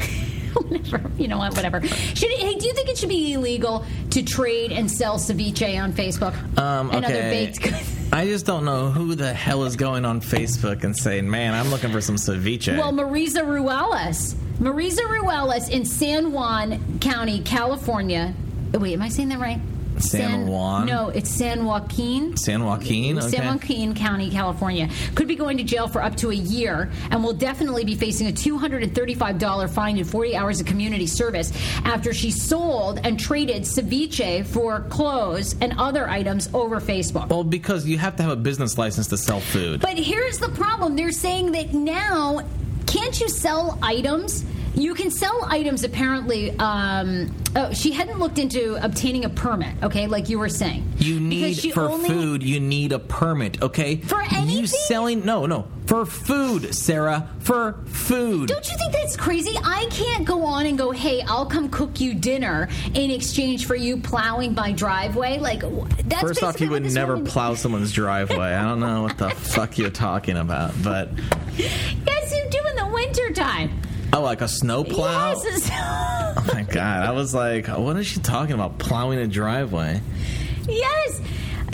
S4: whatever. You know what? Whatever. Should it, hey, do you think it should be illegal to trade and sell ceviche on Facebook
S6: Um,
S4: and other
S6: okay.
S4: baked goods?
S6: I just don't know who the hell is going on Facebook and saying, "Man, I'm looking for some ceviche."
S4: Well, Marisa Ruelas. Marisa Ruelas in San Juan County, California, Wait, am I saying that right?
S6: San Juan?
S4: No, it's San Joaquin.
S6: San Joaquin. Okay.
S4: San Joaquin County, California, could be going to jail for up to a year and will definitely be facing a $235 fine and 40 hours of community service after she sold and traded ceviche for clothes and other items over Facebook.
S6: Well, because you have to have a business license to sell food.
S4: But here's the problem. They're saying that now, can't you sell items? You can sell items apparently. Um, oh, she hadn't looked into obtaining a permit, okay, like you were saying.
S6: You
S4: Because
S6: need
S4: she
S6: for
S4: only-
S6: food. You need a permit, okay?
S4: For
S6: You
S4: anything?
S6: selling? No, no. For food, Sarah. For food.
S4: Don't you think that's crazy? I can't go on and go, hey, I'll come cook you dinner in exchange for you plowing my driveway. Like, wh- that's
S6: First off,
S4: basically
S6: you
S4: what
S6: would
S4: this
S6: never
S4: woman-
S6: plow someone's driveway. I don't know what the fuck you're talking about, but
S4: Yes, you do in the wintertime.
S6: oh, like a snow plow.
S4: Yes. it's-
S6: Oh my god, I was like, what is she talking about? Plowing a driveway?
S4: yes.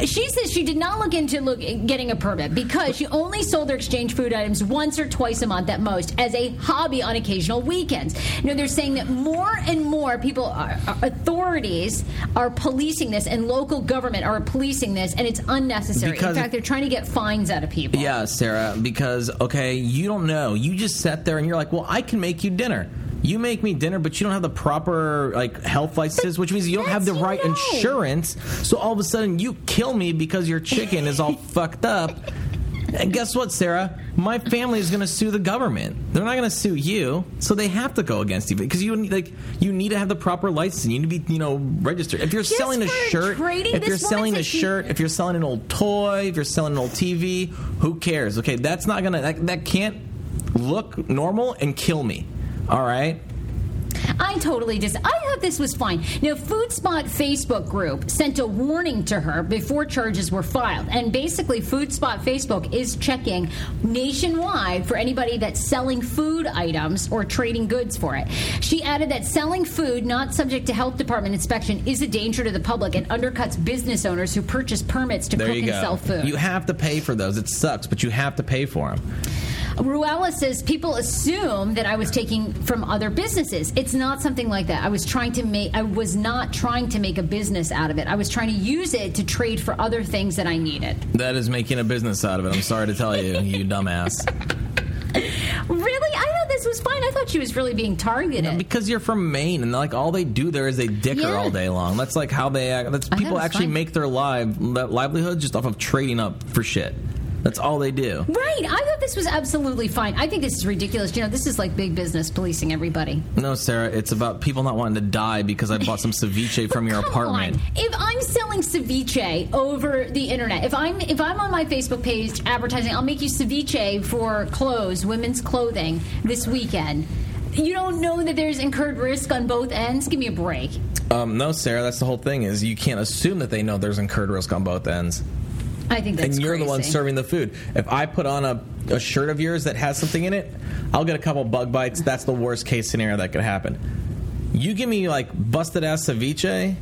S4: She says she did not look into look, getting a permit because she only sold her exchange food items once or twice a month at most as a hobby on occasional weekends. Now they're saying that more and more people, are, are- authorities, are policing this, and local government are policing this, and it's unnecessary.
S6: Because-
S4: In fact, they're trying to get fines out of people.
S6: Yeah, Sarah, because okay, you don't know. You just sat there and you're like, well, I can make you dinner. You make me dinner, but you don't have the proper like health licenses, which means you don't have the
S4: that's-
S6: right
S4: no.
S6: insurance. So all of a sudden, you kill me because your chicken is all fucked up. And guess what, Sarah? My family is going to sue the government. They're not going to sue you, so they have to go against you because you like you need to have the proper license. You need to be you know registered. If you're
S4: Just
S6: selling a
S4: for
S6: shirt,
S4: trading,
S6: if
S4: this
S6: you're selling a
S4: woman's like-
S6: shirt, if you're selling an old toy, if you're selling an old TV, who cares? Okay, that's not gonna that, that can't look normal and kill me. All right.
S4: I totally dis. I thought this was fine. Now, Food Spot Facebook group sent a warning to her before charges were filed, and basically, Food Spot Facebook is checking nationwide for anybody that's selling food items or trading goods for it. She added that selling food not subject to health department inspection is a danger to the public and undercuts business owners who purchase permits to
S6: There
S4: cook
S6: you
S4: and sell
S6: go.
S4: food.
S6: You have to pay for those. It sucks, but you have to pay for them.
S4: Ruella says people assume that I was taking from other businesses. It's not something like that. I was trying to make I was not trying to make a business out of it. I was trying to use it to trade for other things that I needed.
S6: That is making a business out of it. I'm sorry to tell you, you dumbass.
S4: Really? I thought this was fine. I thought she was really being targeted.
S6: Because you're from Maine, and like all they do there is they dicker
S4: Yeah.
S6: all day long. That's like how they act. That's
S4: I thought
S6: people
S4: it was
S6: actually
S4: fine.
S6: make their live their livelihood just off of trading up for shit. That's all they do.
S4: right. I thought this was absolutely fine. I think this is ridiculous. You know, this is like big business policing everybody.
S6: No, Sarah, it's about people not wanting to die because I bought some ceviche from your
S4: Come
S6: apartment.
S4: on. If I'm selling ceviche over the internet, if I'm if I'm on my Facebook page advertising, I'll make you ceviche for clothes, women's clothing this weekend. You don't know that there's incurred risk on both ends. Give me a break.
S6: Um, no, Sarah, that's the whole thing is you can't assume that they know there's incurred risk on both ends.
S4: I think that's
S6: and you're the one
S4: crazy.
S6: serving the food. If I put on a, a shirt of yours that has something in it, I'll get a couple bug bites. That's the worst case scenario that could happen. You give me like busted ass ceviche,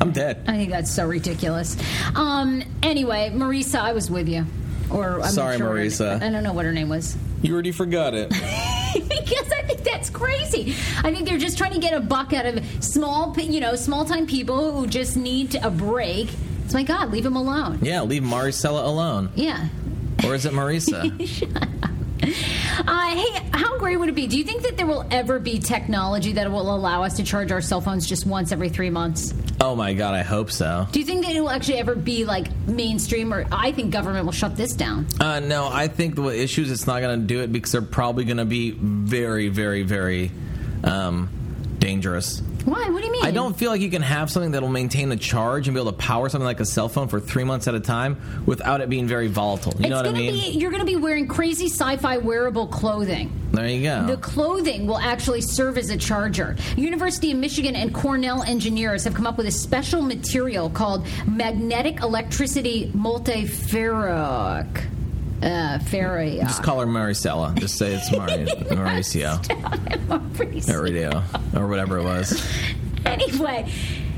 S6: I'm dead.
S4: I think that's so ridiculous. Um, anyway, Marisa, I was with you. Or I'm
S6: Sorry,
S4: not sure her-
S6: Marisa.
S4: I don't know what her name was.
S6: You already forgot it.
S4: because I think that's crazy. I think they're just trying to get a buck out of small, you know, small time people who just need a break. It's my God, leave them alone.
S6: yeah, leave Maricela alone.
S4: Yeah.
S6: Or is it Marisa?
S4: Uh, hey, how great would it be? Do you think that there will ever be technology that will allow us to charge our cell phones just once every three months?
S6: oh my god, I hope so.
S4: Do you think that it will actually ever be like mainstream? Or I think government will shut this down.
S6: Uh, no, I think the issue is it's not going to do it because they're probably going to be very, very, very um, dangerous.
S4: Why? What do you mean?
S6: I don't feel like you can have something that'll maintain a charge and be able to power something like a cell phone for three months at a time without it being very volatile. You know
S4: it's
S6: what I
S4: gonna
S6: mean?
S4: be you're gonna be wearing crazy sci-fi wearable clothing.
S6: there you go.
S4: The clothing will actually serve as a charger. University of Michigan and Cornell engineers have come up with a special material called magnetic electricity multiferric. Uh, ferri-
S6: Just call her Maricela. Just say it's Mari- Mauricio. Mauricio. Or whatever it was.
S4: Anyway,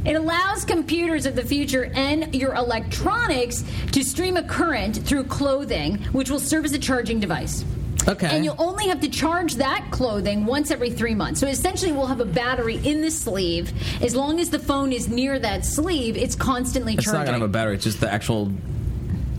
S4: it allows computers of the future and your electronics to stream a current through clothing, which will serve as a charging device.
S6: Okay.
S4: And you'll only have to charge that clothing once every three months. So essentially, we'll have a battery in the sleeve. As long as the phone is near that sleeve, it's constantly
S6: It's
S4: charging.
S6: not gonna have a battery. It's just the actual,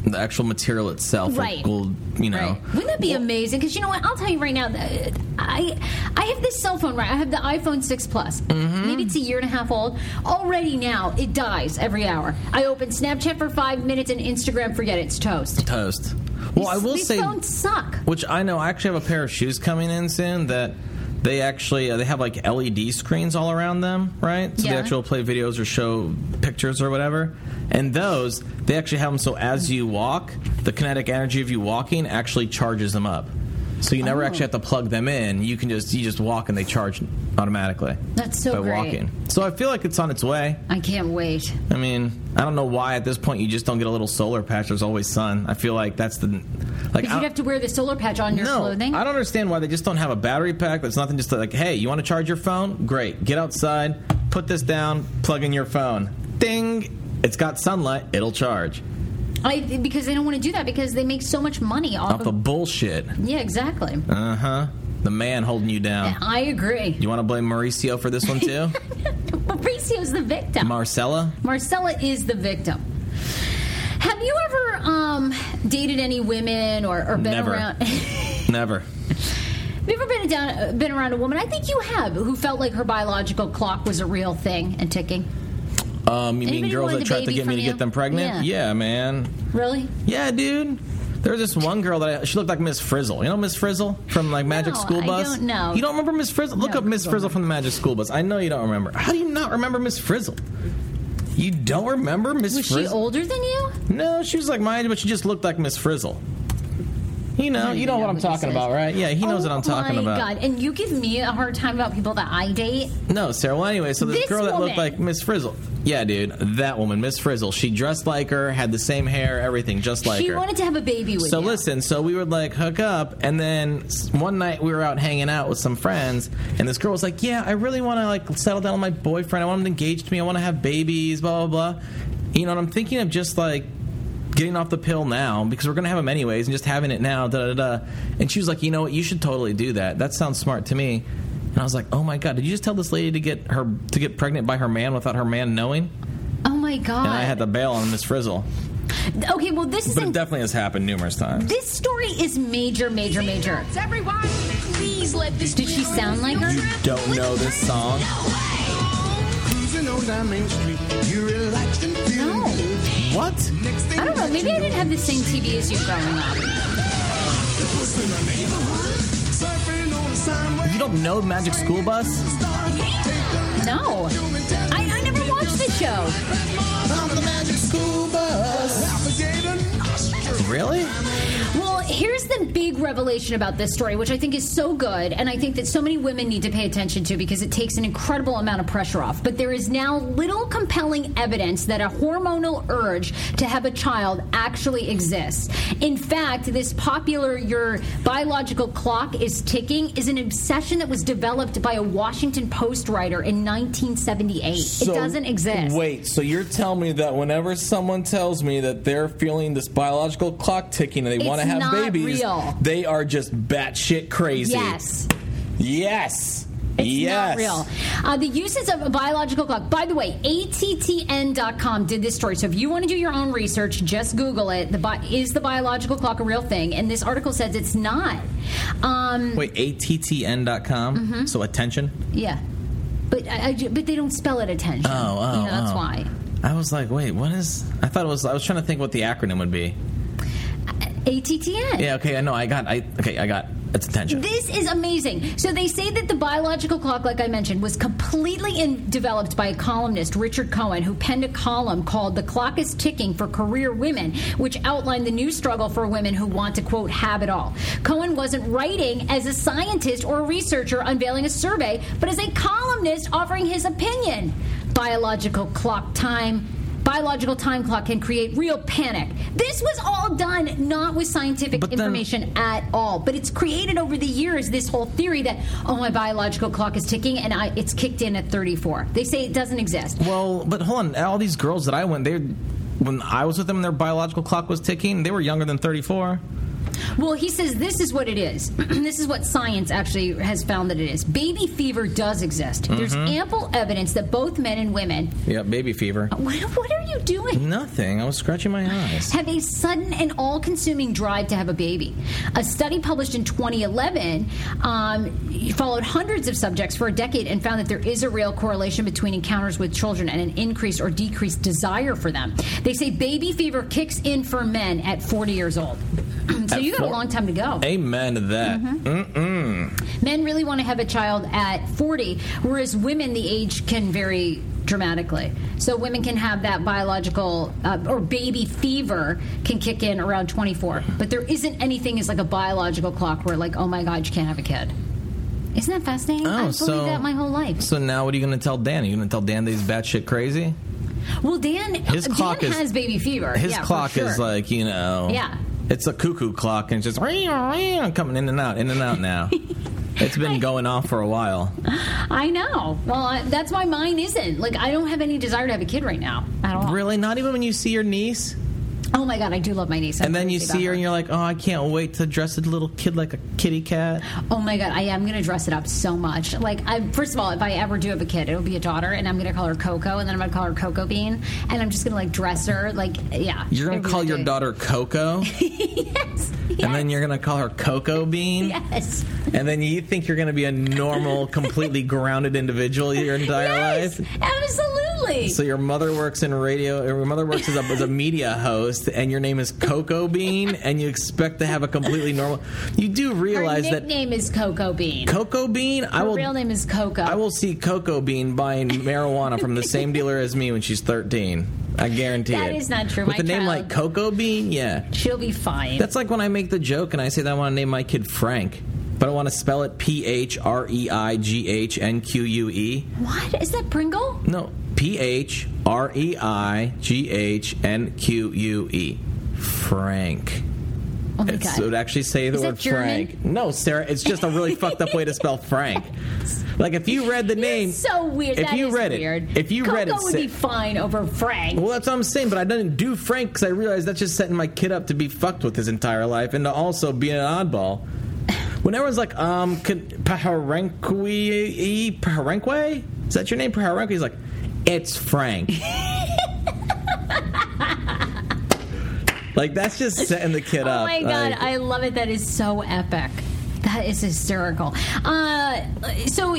S6: the actual material itself.
S4: Right.
S6: Will, you know.
S4: Right. Wouldn't that be amazing? Because you know what? I'll tell you right now. that I I have this cell phone. Right. I have the iPhone six plus.
S6: Mm-hmm.
S4: Maybe it's a year and a half old. Already now, it dies every hour. I open Snapchat for five minutes and Instagram. Forget it, it's toast.
S6: Toast. Well, I will
S4: These
S6: say,
S4: phones suck.
S6: which I know, I actually have a pair of shoes coming in soon that they actually uh, they have like LED screens all around them, right? So
S4: Yeah.
S6: they actually will play videos or show pictures or whatever. And those they actually have them so as you walk, the kinetic energy of you walking actually charges them up. So you never actually have to plug them in. You can just you just walk and they charge automatically.
S4: That's so
S6: by
S4: great.
S6: walking. So I feel like it's on its way.
S4: I can't wait.
S6: I mean, I don't know why at this point you just don't get a little solar patch. There's always sun. I feel like that's the like
S4: Because you'd
S6: I-
S4: have to wear the solar patch on your
S6: no,
S4: clothing.
S6: I don't understand why they just don't have a battery pack. That's nothing. Just like, hey, you want to charge your phone? Great, get outside, put this down, plug in your phone. Ding! It's got sunlight. It'll charge.
S4: I because they don't want to do that because they make so much money off,
S6: Off
S4: of.
S6: the bullshit.
S4: yeah, exactly.
S6: Uh huh. The man holding you down.
S4: I agree.
S6: You want to blame Mauricio for this one too?
S4: Fabrizio's the victim.
S6: Marcella?
S4: Marcella is the victim. Have you ever um, dated any women or, or been
S6: Never.
S4: around? have
S6: Never.
S4: you ever been down, been around a woman? I think you have, who felt like her biological clock was a real thing and ticking.
S6: Um, you
S4: Anybody
S6: mean girls
S4: wanted
S6: that
S4: a
S6: tried to
S4: baby
S6: get me
S4: from
S6: to
S4: you?
S6: get them pregnant?
S4: Yeah.
S6: yeah man.
S4: Really?
S6: Yeah, dude. There was this one girl that I, she looked like Miss Frizzle. You know Miss Frizzle from like Magic
S4: No,
S6: School
S4: I
S6: Bus.
S4: don't know.
S6: You don't remember Miss Frizzle? Look
S4: Oh. No,
S6: up Miss
S4: Google.
S6: Frizzle from the Magic School Bus. I know you don't remember. How do you not remember Miss Frizzle? You don't remember Miss
S4: Was she
S6: Frizzle?
S4: older than you?
S6: No, she was like my age, but she just looked like Miss Frizzle. You know,
S4: don't
S6: you
S4: even
S6: know what
S4: know
S6: I'm
S4: who this
S6: talking
S4: is.
S6: about, right? Yeah, he knows
S4: Oh,
S6: what I'm talking
S4: my
S6: about.
S4: God! And you give me a hard time about people that I date.
S6: No, Sarah. Well, anyway, so this,
S4: This
S6: girl that
S4: woman.
S6: looked like Miss Frizzle. Yeah, dude, that woman, Miss Frizzle. She dressed like her, had the same hair, everything, just like
S4: she
S6: her.
S4: wanted to have a baby with
S6: So
S4: you.
S6: listen, so we would like hook up, and then s- one night we were out hanging out with some friends, and this girl was like, "Yeah, I really want to like settle down with my boyfriend. I want him engaged to me. I want to have babies. Blah blah blah." You know, and I'm thinking of just like getting off the pill now because we're gonna have him anyways, and just having it now. Da da da. And she was like, "You know what? You should totally do that. That sounds smart to me." And I was like, "Oh my god! Did you just tell this lady to get her to get pregnant by her man without her man knowing?"
S4: oh my God!
S6: And I had to bail on Miss Frizzle,
S4: okay, well this is
S6: but
S4: in-
S6: it definitely has happened numerous times.
S4: this story is major, major, major.
S2: Everyone, please let this.
S4: Did she sound like her?
S6: Don't know this song.
S8: Cruising on down Main Street, you relaxed and feeling
S4: No.
S8: good.
S6: What?
S8: Next thing
S4: I don't know.
S8: that
S4: Maybe
S8: you
S4: I didn't have the same TV as you growing up.
S8: Surfing on the sidewalk.
S6: You don't know Magic School Bus?
S4: No, I, I never watched the show.
S8: I'm the magic school bus.
S6: Really?
S4: Well, here's the big revelation about this story, which I think is so good, and I think that so many women need to pay attention to because it takes an incredible amount of pressure off. But there is now little compelling evidence that a hormonal urge to have a child actually exists. In fact, this popular your biological clock is ticking is an obsession that was developed by a Washington Post writer in 1978. it doesn't exist.
S6: Wait, so you're telling me that whenever someone tells me that they're feeling this biological clock ticking and they
S4: It's
S6: want to have
S4: not
S6: babies,
S4: real.
S6: they are just batshit crazy.
S4: Yes.
S6: Yes.
S4: It's not
S6: yes.
S4: real. Uh, the uses of a biological clock. By the way, attn.com did this story. So if you want to do your own research, just Google it. The bi- is the biological clock a real thing? And this article says it's not. Um,
S6: Wait, attn.com?
S4: Mm-hmm.
S6: So attention?
S4: yeah, but I, I ju- but they don't spell it attention.
S6: Oh, oh.
S4: You know, that's
S6: oh.
S4: why.
S6: I was like, wait, what is. I thought it was. I was trying to think what the acronym would be.
S4: ATTN.
S6: Yeah, okay, I know. I got. I Okay, I got. It's attention.
S4: This is amazing. So they say that the biological clock, like I mentioned, was completely in, developed by columnist Richard Cohen, who penned a column called "The Clock Is Ticking for Career Women," which outlined the new struggle for women who want to quote have it all. Cohen wasn't writing as a scientist or researcher unveiling a survey, but as a columnist offering his opinion. Biological clock time. Biological time clock can create real panic. This was all done not with scientific
S6: But then-
S4: information at all. But it's created over the years this whole theory that oh my biological clock is ticking and I, it's kicked in at 34. They say it doesn't exist.
S6: Well, but hold on. All these girls that I went, they when I was with them, their biological clock was ticking. They were younger than thirty-four.
S4: Well, he says this is what it is. this is what science actually has found that it is. Baby fever does exist. There's ample evidence that both men and women.
S6: Mm-hmm. Yeah, baby fever.
S4: What, what are you doing?
S6: Nothing. I was scratching my eyes.
S4: have a sudden and all consuming drive to have a baby. A study published in 2011 um, followed hundreds of subjects for a decade and found that there is a real correlation between encounters with children and an increased or decreased desire for them. They say baby fever kicks in for men at 40 years old. so
S6: At
S4: you got
S6: four-
S4: a long time to go.
S6: Amen to that.
S4: Mm-hmm.
S6: Mm-mm.
S4: Men really want to have a child at 40, whereas women, the age can vary dramatically. So women can have that biological uh, or baby fever can kick in around 24. But there isn't anything as like a biological clock where like, oh my God, you can't have a kid. Isn't that fascinating? I
S6: Oh,
S4: believe
S6: so
S4: that my whole life.
S6: So now, what are you going to tell Dan? Are you going to tell Dan that he's batshit crazy?
S4: well, Dan,
S6: His
S4: Dan
S6: clock is-
S4: has baby fever.
S6: His
S4: Yeah, for
S6: clock
S4: sure.
S6: is like you know.
S4: Yeah.
S6: It's a cuckoo clock, and it's just coming in and out, in and out now. it's been going off for a while.
S4: I know. Well, I, that's why mine isn't. Like, I don't have any desire to have a kid right now at all.
S6: Really, not even when you see your niece,
S4: Oh my God, I do love my niece. I'm
S6: and then you
S4: crazy about
S6: see her, and you're like, "Oh, I can't wait to dress a little kid like a kitty cat."
S4: Oh my god, I am gonna dress it up so much. Like, I first of all, if I ever do have a kid, it'll be a daughter, and I'm gonna call her Coco, and then I'm gonna call her Coco Bean, and I'm just gonna like dress her like, yeah.
S6: You're gonna
S4: It'll be
S6: call your
S4: day.
S6: daughter Coco,
S4: yes,
S6: and then you're gonna call her Coco Bean,
S4: yes.
S6: and then you think you're gonna be a normal, completely grounded individual your entire
S4: Yes,
S6: life.
S4: absolutely.
S6: So your mother works in radio, or your mother works as a, as a media host, and your name is Coco Bean, and you expect to have a completely normal. You do
S4: her
S6: realize that
S4: nickname is Coco Bean.
S6: Coco Bean, I
S4: her
S6: will,
S4: real name is Coco.
S6: I will see Coco Bean buying marijuana from the same dealer as me when she's thirteen. I guarantee
S4: That
S6: it.
S4: is not true.
S6: With
S4: My
S6: a name
S4: child-
S6: like Coco Bean, yeah,
S4: She'll be fine.
S6: that's like when I make the joke and I say that I want to name my kid Frank, but I want to spell it P H R E I G H N Q U E.
S4: what is that Pringle?
S6: No, P H R E I G H N Q U E. Frank.
S4: Oh my
S6: It's-
S4: god.
S6: it would actually say the
S4: Is that
S6: word
S4: German?
S6: Frank. No, Sarah, it's just a really fucked up way to spell Frank. Like if you read the name,
S4: It's so weird.
S6: If
S4: That
S6: you
S4: is
S6: read
S4: weird.
S6: it, if you
S4: Coco
S6: read it,
S4: would
S6: Sa-
S4: be fine over Frank.
S6: well, that's what I'm saying. But I didn't do Frank because I realized that's just setting my kid up to be fucked with his entire life and to also be an oddball. When everyone's like, um, could Paharenque, Paharenque? Is that your name, Paharenque? He's like, it's Frank. like, that's just setting the kid
S4: Oh
S6: up.
S4: my god,
S6: Like,
S4: I love it. That is so epic. That is hysterical. Uh, so.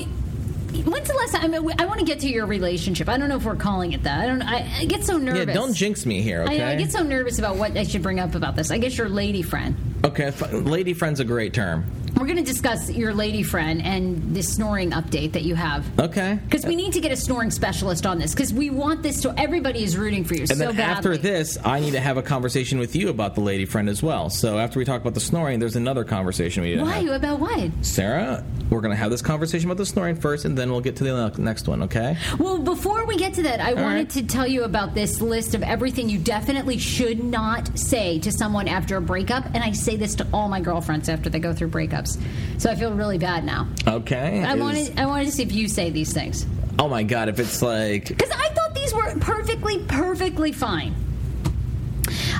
S4: When's the last time? I, mean, I want to get to your relationship. I don't know if we're calling it that. I don't. I, I get so
S6: yeah,
S4: nervous.
S6: don't jinx me here,
S4: I,
S6: okay?
S4: know, I get so nervous about what I should bring up about this. I guess your lady friend.
S6: okay, f- lady friend's a great term.
S4: We're going to discuss your lady friend and this snoring update that you have.
S6: Okay.
S4: Because we need to get a snoring specialist on this. Because we want this to. Everybody is rooting for you
S6: And
S4: so
S6: then
S4: badly.
S6: after this, I need to have a conversation with you about the lady friend as well. So after we talk about the snoring, there's another conversation we need
S4: why
S6: to have.
S4: about what?
S6: Sarah, we're going to have this conversation about the snoring first, and then we'll get to the ne- next one, okay?
S4: Well, before we get to that, I wanted
S6: right.
S4: to tell you about this list of everything you definitely should not say to someone after a breakup. And I say this to all my girlfriends after they go through breakups. So I feel really bad now.
S6: Okay.
S4: I
S6: Oh, is-
S4: wanted, I wanted to see if you say these things.
S6: oh my God, if it's like.
S4: Because I thought these were perfectly, perfectly fine.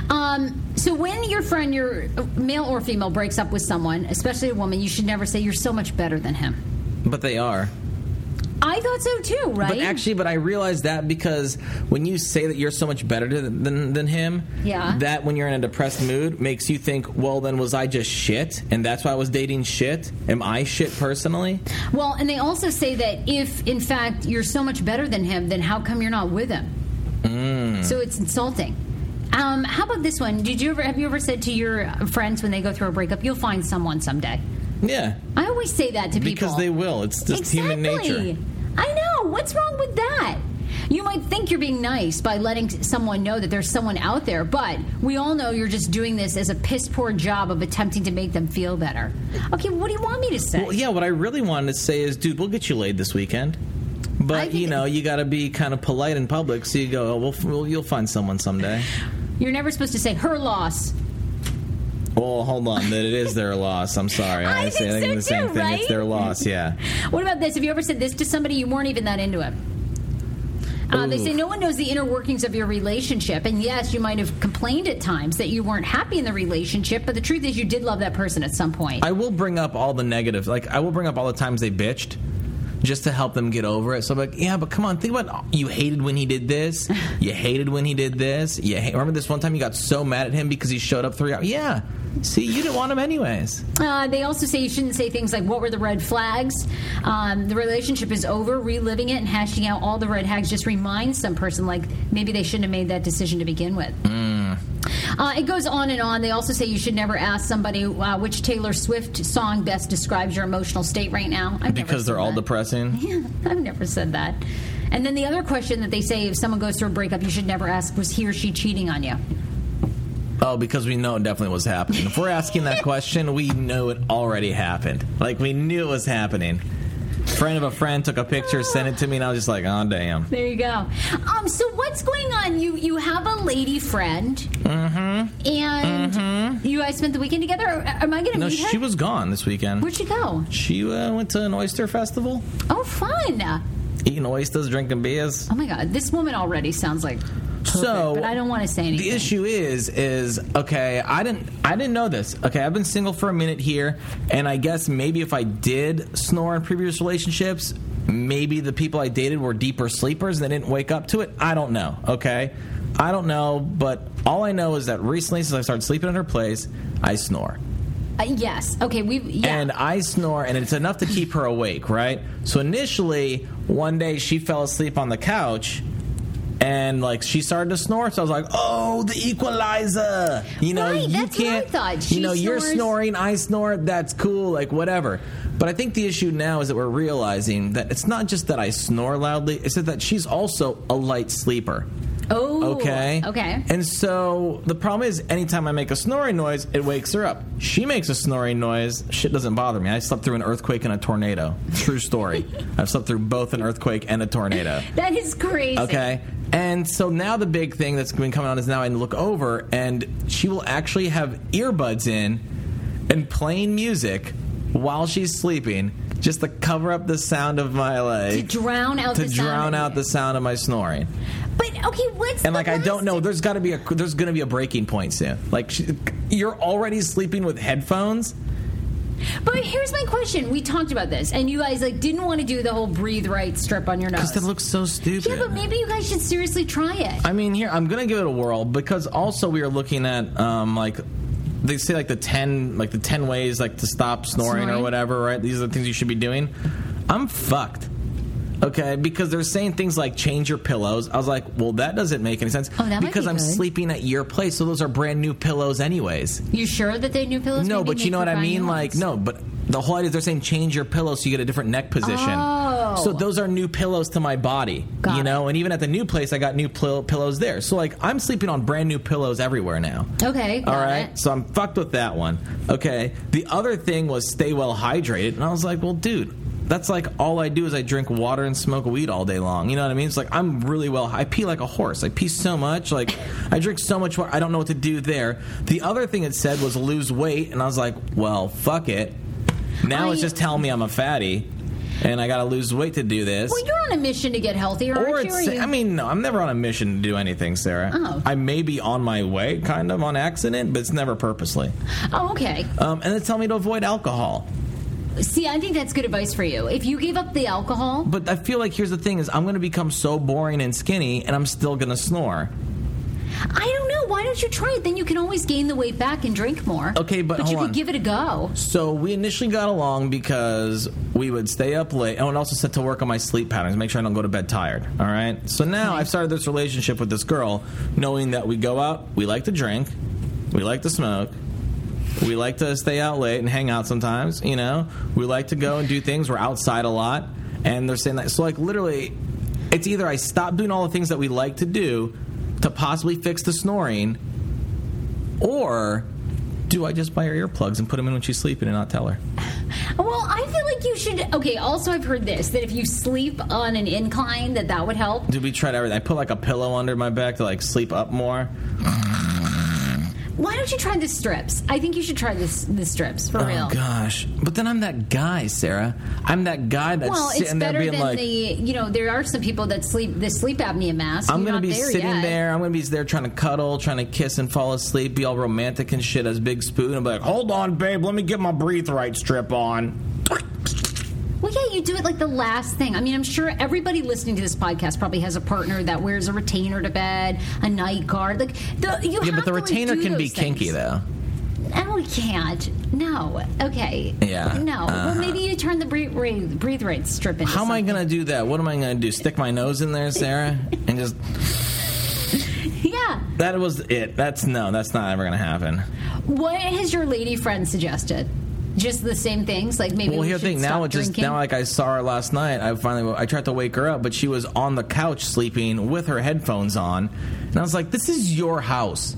S4: Um, so when your friend, your uh, male or female, breaks up with someone, especially a woman, you should never say you're so much better than him.
S6: But they are.
S4: I thought so too, right?
S6: But actually, but I realized that because when you say that you're so much better to- than than him,
S4: Yeah.
S6: that when you're in a depressed mood makes you think, well, then was I just shit, and that's why I was dating shit? Am I shit personally?
S4: Well, and they also say that if, in fact, you're so much better than him, then how come you're not with him?
S6: Mm.
S4: So it's insulting. Um, how about this one? Did you ever have you ever said to your friends when they go through a breakup, "You'll find someone someday"?
S6: Yeah.
S4: I always say that to people
S6: Because they will. It's just human
S4: Exactly.
S6: nature.
S4: I know. What's wrong with that? You might think you're being nice by letting someone know that there's someone out there, but we all know you're just doing this as a piss poor job of attempting to make them feel better. Okay, what do you want me to say?
S6: Well, yeah, what I really wanted to say is, dude, we'll get you laid this weekend.
S4: I
S6: But
S4: think-
S6: you know, you got to be kind of polite in public, so you go, oh, we'll, we'll, you'll find someone someday.
S4: You're never supposed to say her loss.
S6: Well, hold on, that it is their loss. I'm sorry,
S4: I
S6: honestly,
S4: think so
S6: the same
S4: too,
S6: thing.
S4: right?
S6: It's their loss. Yeah.
S4: What about this? Have you ever said this to somebody you weren't even that into him? Uh, they say no one knows the inner workings of your relationship. And yes, you might have complained at times that you weren't happy in the relationship, but the truth is you did love that person at some point.
S6: I will bring up all the negatives. Like I will bring up all the times they bitched. Just to help them get over it. So I'm like, yeah, but come on, think about you hated when he did this. You hated when he did this. You ha- remember this one time you got so mad at him because he showed up three hours. Yeah, see, you didn't want him anyways.
S4: Uh, they also say you shouldn't say things like, What were the red flags? Um, the relationship is over. Reliving it and hashing out all the red hags just reminds some person, like, maybe they shouldn't have made that decision to begin with.
S6: Hmm.
S4: Uh, it goes on and on. They also say you should never ask somebody uh, which Taylor Swift song best describes your emotional state right now. I've never
S6: Because they're
S4: said
S6: all
S4: that.
S6: depressing.
S4: Yeah, I've never said that. And then the other question that they say if someone goes through a breakup, you should never ask, Was he or she cheating on you?
S6: Oh, because we know it definitely was happening. If we're asking that question, we know it already happened. Like we knew it was happening. Friend of a friend took a picture, sent it to me, and I was just like, oh damn.
S4: There you go. Um, so what's going on? You you have a lady friend, mm-hmm. and you guys spent the weekend together. Or- uh, Am I going to
S6: Mm-hmm. No,
S4: meet her?
S6: she was gone this weekend.
S4: Where'd she go?
S6: She uh, went to an oyster festival,
S4: Oh, fun!
S6: eating oysters, drinking beers.
S4: Oh my god, this woman already sounds like. Perfect,
S6: So-
S4: but I don't want to say anything.
S6: The issue is, is okay. I didn't, I didn't know this. Okay, I've been single for a minute here, and I guess maybe if I did snore in previous relationships, maybe the people I dated were deeper sleepers and they didn't wake up to it. I don't know. Okay, I don't know, but all I know is that recently, since I started sleeping at her place, I snore.
S4: Uh, yes. Okay. We. Yeah.
S6: and I snore, and it's enough to keep her awake, right? So initially, one day she fell asleep on the couch. And like she started to snore, so I was like, "Oh, the equalizer!" You know,
S4: Right,
S6: you
S4: that's what I
S6: can't.
S4: thought. She
S6: you know, you're
S4: snores.
S6: snoring, I snore. That's cool, like whatever. But I think the issue now is that we're realizing that it's not just that I snore loudly; it's that she's also a light sleeper.
S4: oh.
S6: Okay.
S4: Okay.
S6: And so the problem is, anytime I make a snoring noise, it wakes her up. She makes a snoring noise. Shit doesn't bother me. I slept through an earthquake and a tornado. True story. I've slept through both an earthquake and a tornado.
S4: that is crazy.
S6: Okay. And so now the big thing that's been coming on is now I look over and she will actually have earbuds in and playing music while she's sleeping just to cover up the sound of my
S4: To
S6: like
S4: drown out.
S6: to
S4: the
S6: drown
S4: sound
S6: out the sound of my snoring
S4: But okay, what's
S6: and
S4: the
S6: like I don't
S4: last-
S6: know. There's got to be a there's going to be a breaking point soon. Like she, you're already sleeping with headphones.
S4: But here's my question. We talked about this, and you guys like didn't want to do the whole breathe right strip on your nose.
S6: That looks so stupid.
S4: Yeah, but maybe you guys should seriously try it.
S6: I mean, here I'm going to give it a whirl because also we are looking at um like they say like the ten like the ten ways like to stop snoring, or
S4: Snoring.
S6: whatever. Right? These are the things you should be doing. I'm fucked. Okay, because they're saying things like change your pillows. I was like, well, that doesn't make any sense
S4: Oh, that might
S6: because
S4: be
S6: I'm
S4: good.
S6: sleeping at your place, so those are brand new pillows, anyways.
S4: You sure that they knew pillows?
S6: No,
S4: Maybe
S6: but
S4: make
S6: you know
S4: her
S6: what I
S4: buy
S6: mean?
S4: new
S6: Like,
S4: ones.
S6: no, but the whole idea is they're saying change your pillow so you get a different neck position.
S4: Oh.
S6: So those are new pillows to my body,
S4: Got
S6: you know? And even at the new place, I got new pill- pillows there. So, like, I'm sleeping on brand new pillows everywhere now.
S4: Okay, got
S6: All right.
S4: it.
S6: So I'm fucked with that one. Okay. The other thing was stay well hydrated. And I was like, well, dude. That's like all I do is I drink water and smoke weed all day long. You know what I mean? It's like I'm really well. I pee like a horse. I pee so much. Like I drink so much water. I don't know what to do there. The other thing it said was lose weight, and I was like, well, fuck it. Now it's
S4: I-
S6: just telling me I'm a fatty, and I got to lose weight to do this.
S4: Well, you're on a mission to get healthier,
S6: Or
S4: aren't you? Or
S6: it's,
S4: you-
S6: I mean, no, I'm never on a mission to do anything, Sarah.
S4: Oh.
S6: I may be on my way, kind of on accident, but it's never purposely.
S4: oh, okay.
S6: Um, and they tell me to avoid alcohol.
S4: See, I think that's good advice for you. If you gave up the alcohol,
S6: But I feel like here's the thing: is I'm going to become so boring and skinny, and I'm still going to snore.
S4: I don't know. Why don't you try it? Then you can always gain the weight back and drink more.
S6: Okay, but
S4: but you
S6: hold
S4: could
S6: on.
S4: give it a go.
S6: So we initially got along because we would stay up late. Oh, and also set to work on my sleep patterns, make sure I don't go to bed tired. All right. So now I've started this relationship with this girl, knowing that we go out, we like to drink, we like to smoke, we like to stay out late and hang out sometimes. You know, we like to go and do things. We're outside a lot, and they're saying that. So like literally, it's either I stop doing all the things that we like to do to possibly fix the snoring, or do I just buy her earplugs and put them in when she's sleeping and not tell her?
S4: Well, I feel like you should. Okay. Also, I've heard this that if you sleep on an incline, that that would help.
S6: Dude, we tried everything. I put like a pillow under my back to like sleep up more.
S4: Why don't you try the strips? I think you should try this the strips for real.
S6: Oh gosh! But then I'm that guy, Sarah. I'm that guy that's
S4: Well, it's
S6: sitting there
S4: better
S6: being
S4: than
S6: like,
S4: the you know there are some people that sleep the sleep apnea mask.
S6: I'm
S4: You're not
S6: gonna be
S4: there
S6: sitting
S4: yet.
S6: there. I'm gonna be there trying to cuddle, trying to kiss and fall asleep, be all romantic and shit as Big Spoon, and be like, "Hold on, babe, let me get my breathe right strip on."
S4: Well, yeah, you do it like the last thing. I mean, I'm sure everybody listening to this podcast probably has a partner that wears a retainer to bed, a night guard. Like the you
S6: Yeah,
S4: have
S6: but the
S4: to, like,
S6: retainer
S4: do
S6: can be
S4: those things.
S6: kinky though.
S4: No, we can't. No. Okay.
S6: Yeah. Uh-huh.
S4: No. Well, maybe you turn the breathe breathe, breathe right strip into
S6: How am I
S4: something.
S6: gonna do that? What am I gonna do? Stick my nose in there, Sarah, and just
S4: Yeah.
S6: that was it. That's no, that's not ever gonna happen.
S4: What has your lady friend suggested? Just the same things, like maybe.
S6: Well,
S4: we
S6: here's the
S4: should
S6: thing.
S4: stop
S6: Now it just
S4: drinking?
S6: now, like I saw her last night. I finally I tried to wake her up, but she was on the couch sleeping with her headphones on, and I was like, "This is your house.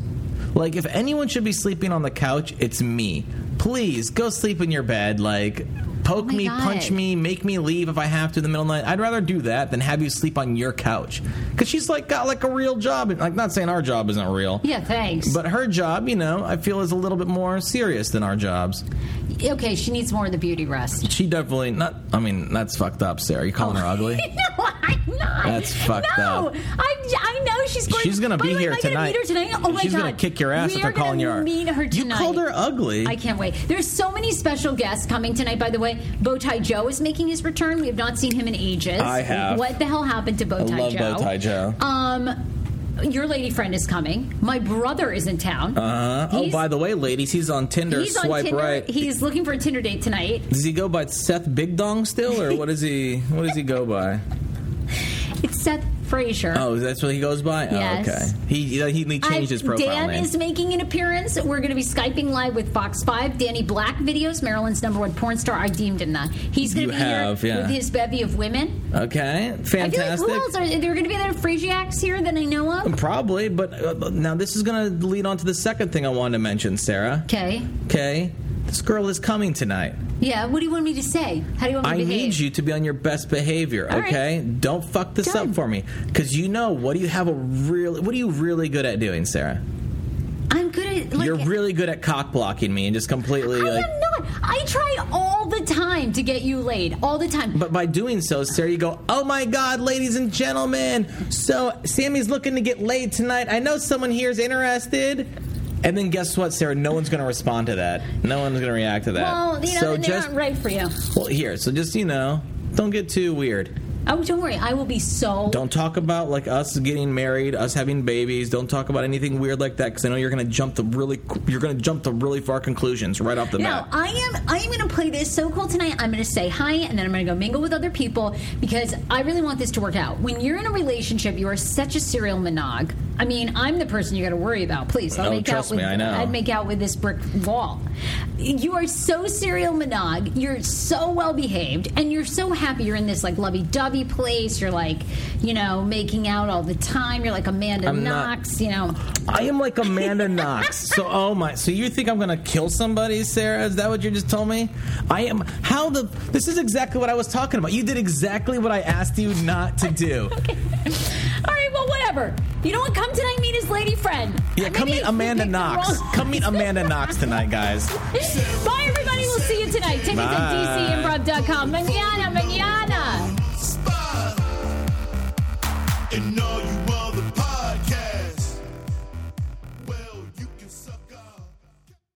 S6: Like, if anyone should be sleeping on the couch, it's me. Please go sleep in your bed. Like, poke
S4: Oh my
S6: me,
S4: God.
S6: punch me, make me leave if I have to in the middle of the night. I'd rather do that than have you sleep on your couch because she's like got like a real job. Like, not saying our job isn't real,
S4: Yeah. Thanks.
S6: but her job, you know, I feel is a little bit more serious than our jobs.
S4: okay, she needs more of the beauty rest.
S6: She definitely not. I mean, that's fucked up, Sarah. You calling her
S4: Oh.
S6: ugly?
S4: No, I'm not.
S6: That's fucked
S4: no,
S6: up.
S4: I, I know she's going.
S6: She's gonna
S4: By
S6: be
S4: the way,
S6: here
S4: am I
S6: tonight.
S4: Gonna meet her tonight. Oh my
S6: She's
S4: god,
S6: gonna kick your ass
S4: we
S6: if they're
S4: are gonna
S6: calling you out.
S4: Meet her
S6: You
S4: tonight.
S6: called her ugly.
S4: I can't wait. There's so many special guests coming tonight. By the way, Bowtie Joe is making his return. We have not seen him in ages.
S6: I have.
S4: What the hell happened to Bowtie Joe?
S6: love Bowtie Joe.
S4: Um. Your lady friend is coming. My brother is in town. Uh,
S6: oh, by the way, ladies, he's on Tinder.
S4: he's
S6: Swipe
S4: on Tinder.
S6: right.
S4: He's looking for a Tinder date tonight.
S6: does he go by Seth Big Dong still, or what is he? What does he go by?
S4: It's Seth Frazier.
S6: Oh, that's what he goes by.
S4: Yes.
S6: Oh, okay. He he, he changed his
S4: I've-
S6: profile
S4: Dan
S6: name.
S4: is making an appearance. We're going to be skyping live with Fox Five. Danny Black videos, Maryland's number one porn star. I deemed him that. He's going
S6: You
S4: to be
S6: have,
S4: here
S6: yeah.
S4: with his bevy of women.
S6: okay,
S4: I feel
S6: fantastic. Um,
S4: like who else are there? Going to be there Frasiacs here that I know of.
S6: Probably, but uh, now this is going to lead on to the second thing I wanted to mention, Sarah.
S4: Okay.
S6: Okay, this girl is coming tonight.
S4: Yeah. What do you want me to say? How do you want me
S6: I
S4: to behave?
S6: need you to be on your best behavior,
S4: All right.
S6: okay? Don't fuck this
S4: Done.
S6: up for me, because you know what do you have a really what are you really good at doing, Sarah?
S4: I'm good at. Like,
S6: You're really good at cock blocking me and just completely
S4: I
S6: like.
S4: am not. I try all the time to get you laid. All the time.
S6: But by doing so, Sarah, you go, oh my God, ladies and gentlemen. So Sammy's looking to get laid tonight. I know someone here is interested. And then guess what, Sarah? No one's going to respond to that. No one's going to react to that.
S4: well, you know,
S6: so
S4: they're
S6: just
S4: not right for you.
S6: well, here. So just you know, don't get too weird.
S4: Oh, don't worry. I will be so
S6: Don't talk about like us getting married, us having babies. Don't talk about anything weird like that because I know you're gonna jump to really you're gonna jump to really far conclusions right off the
S4: No,
S6: bat.
S4: I am. I am going to play this so cool tonight. I'm going to say hi, and then I'm going to go mingle with other people because I really want this to work out. When you're in a relationship, you are such a serial monog. I mean, I'm the person you got to worry about. Please, I'll
S6: Oh,
S4: make
S6: trust
S4: out with.
S6: me, I know.
S4: would make out with this brick wall. You are so serial monog. You're so well behaved, and you're so happy. You're in this like lovey-dovey place. You're like, you know, making out all the time. You're like Amanda
S6: I'm not-
S4: Knox. You know.
S6: I am like Amanda Knox. So oh my, so you think I'm gonna kill somebody, Sarah? Is that what you just told me? I am. How the? This is exactly what I was talking about. You did exactly what I asked you not to do.
S4: All right, well, whatever. You know what? Come tonight, meet his lady friend.
S6: Yeah, come
S4: Maybe
S6: meet
S4: we
S6: Amanda
S4: picked the
S6: Knox.
S4: wrong-
S6: Come meet Amanda Knox tonight, guys.
S4: Bye, everybody. We'll see you tonight. Tickets
S6: Bye.
S4: at DCImprov.com. Manana, manana.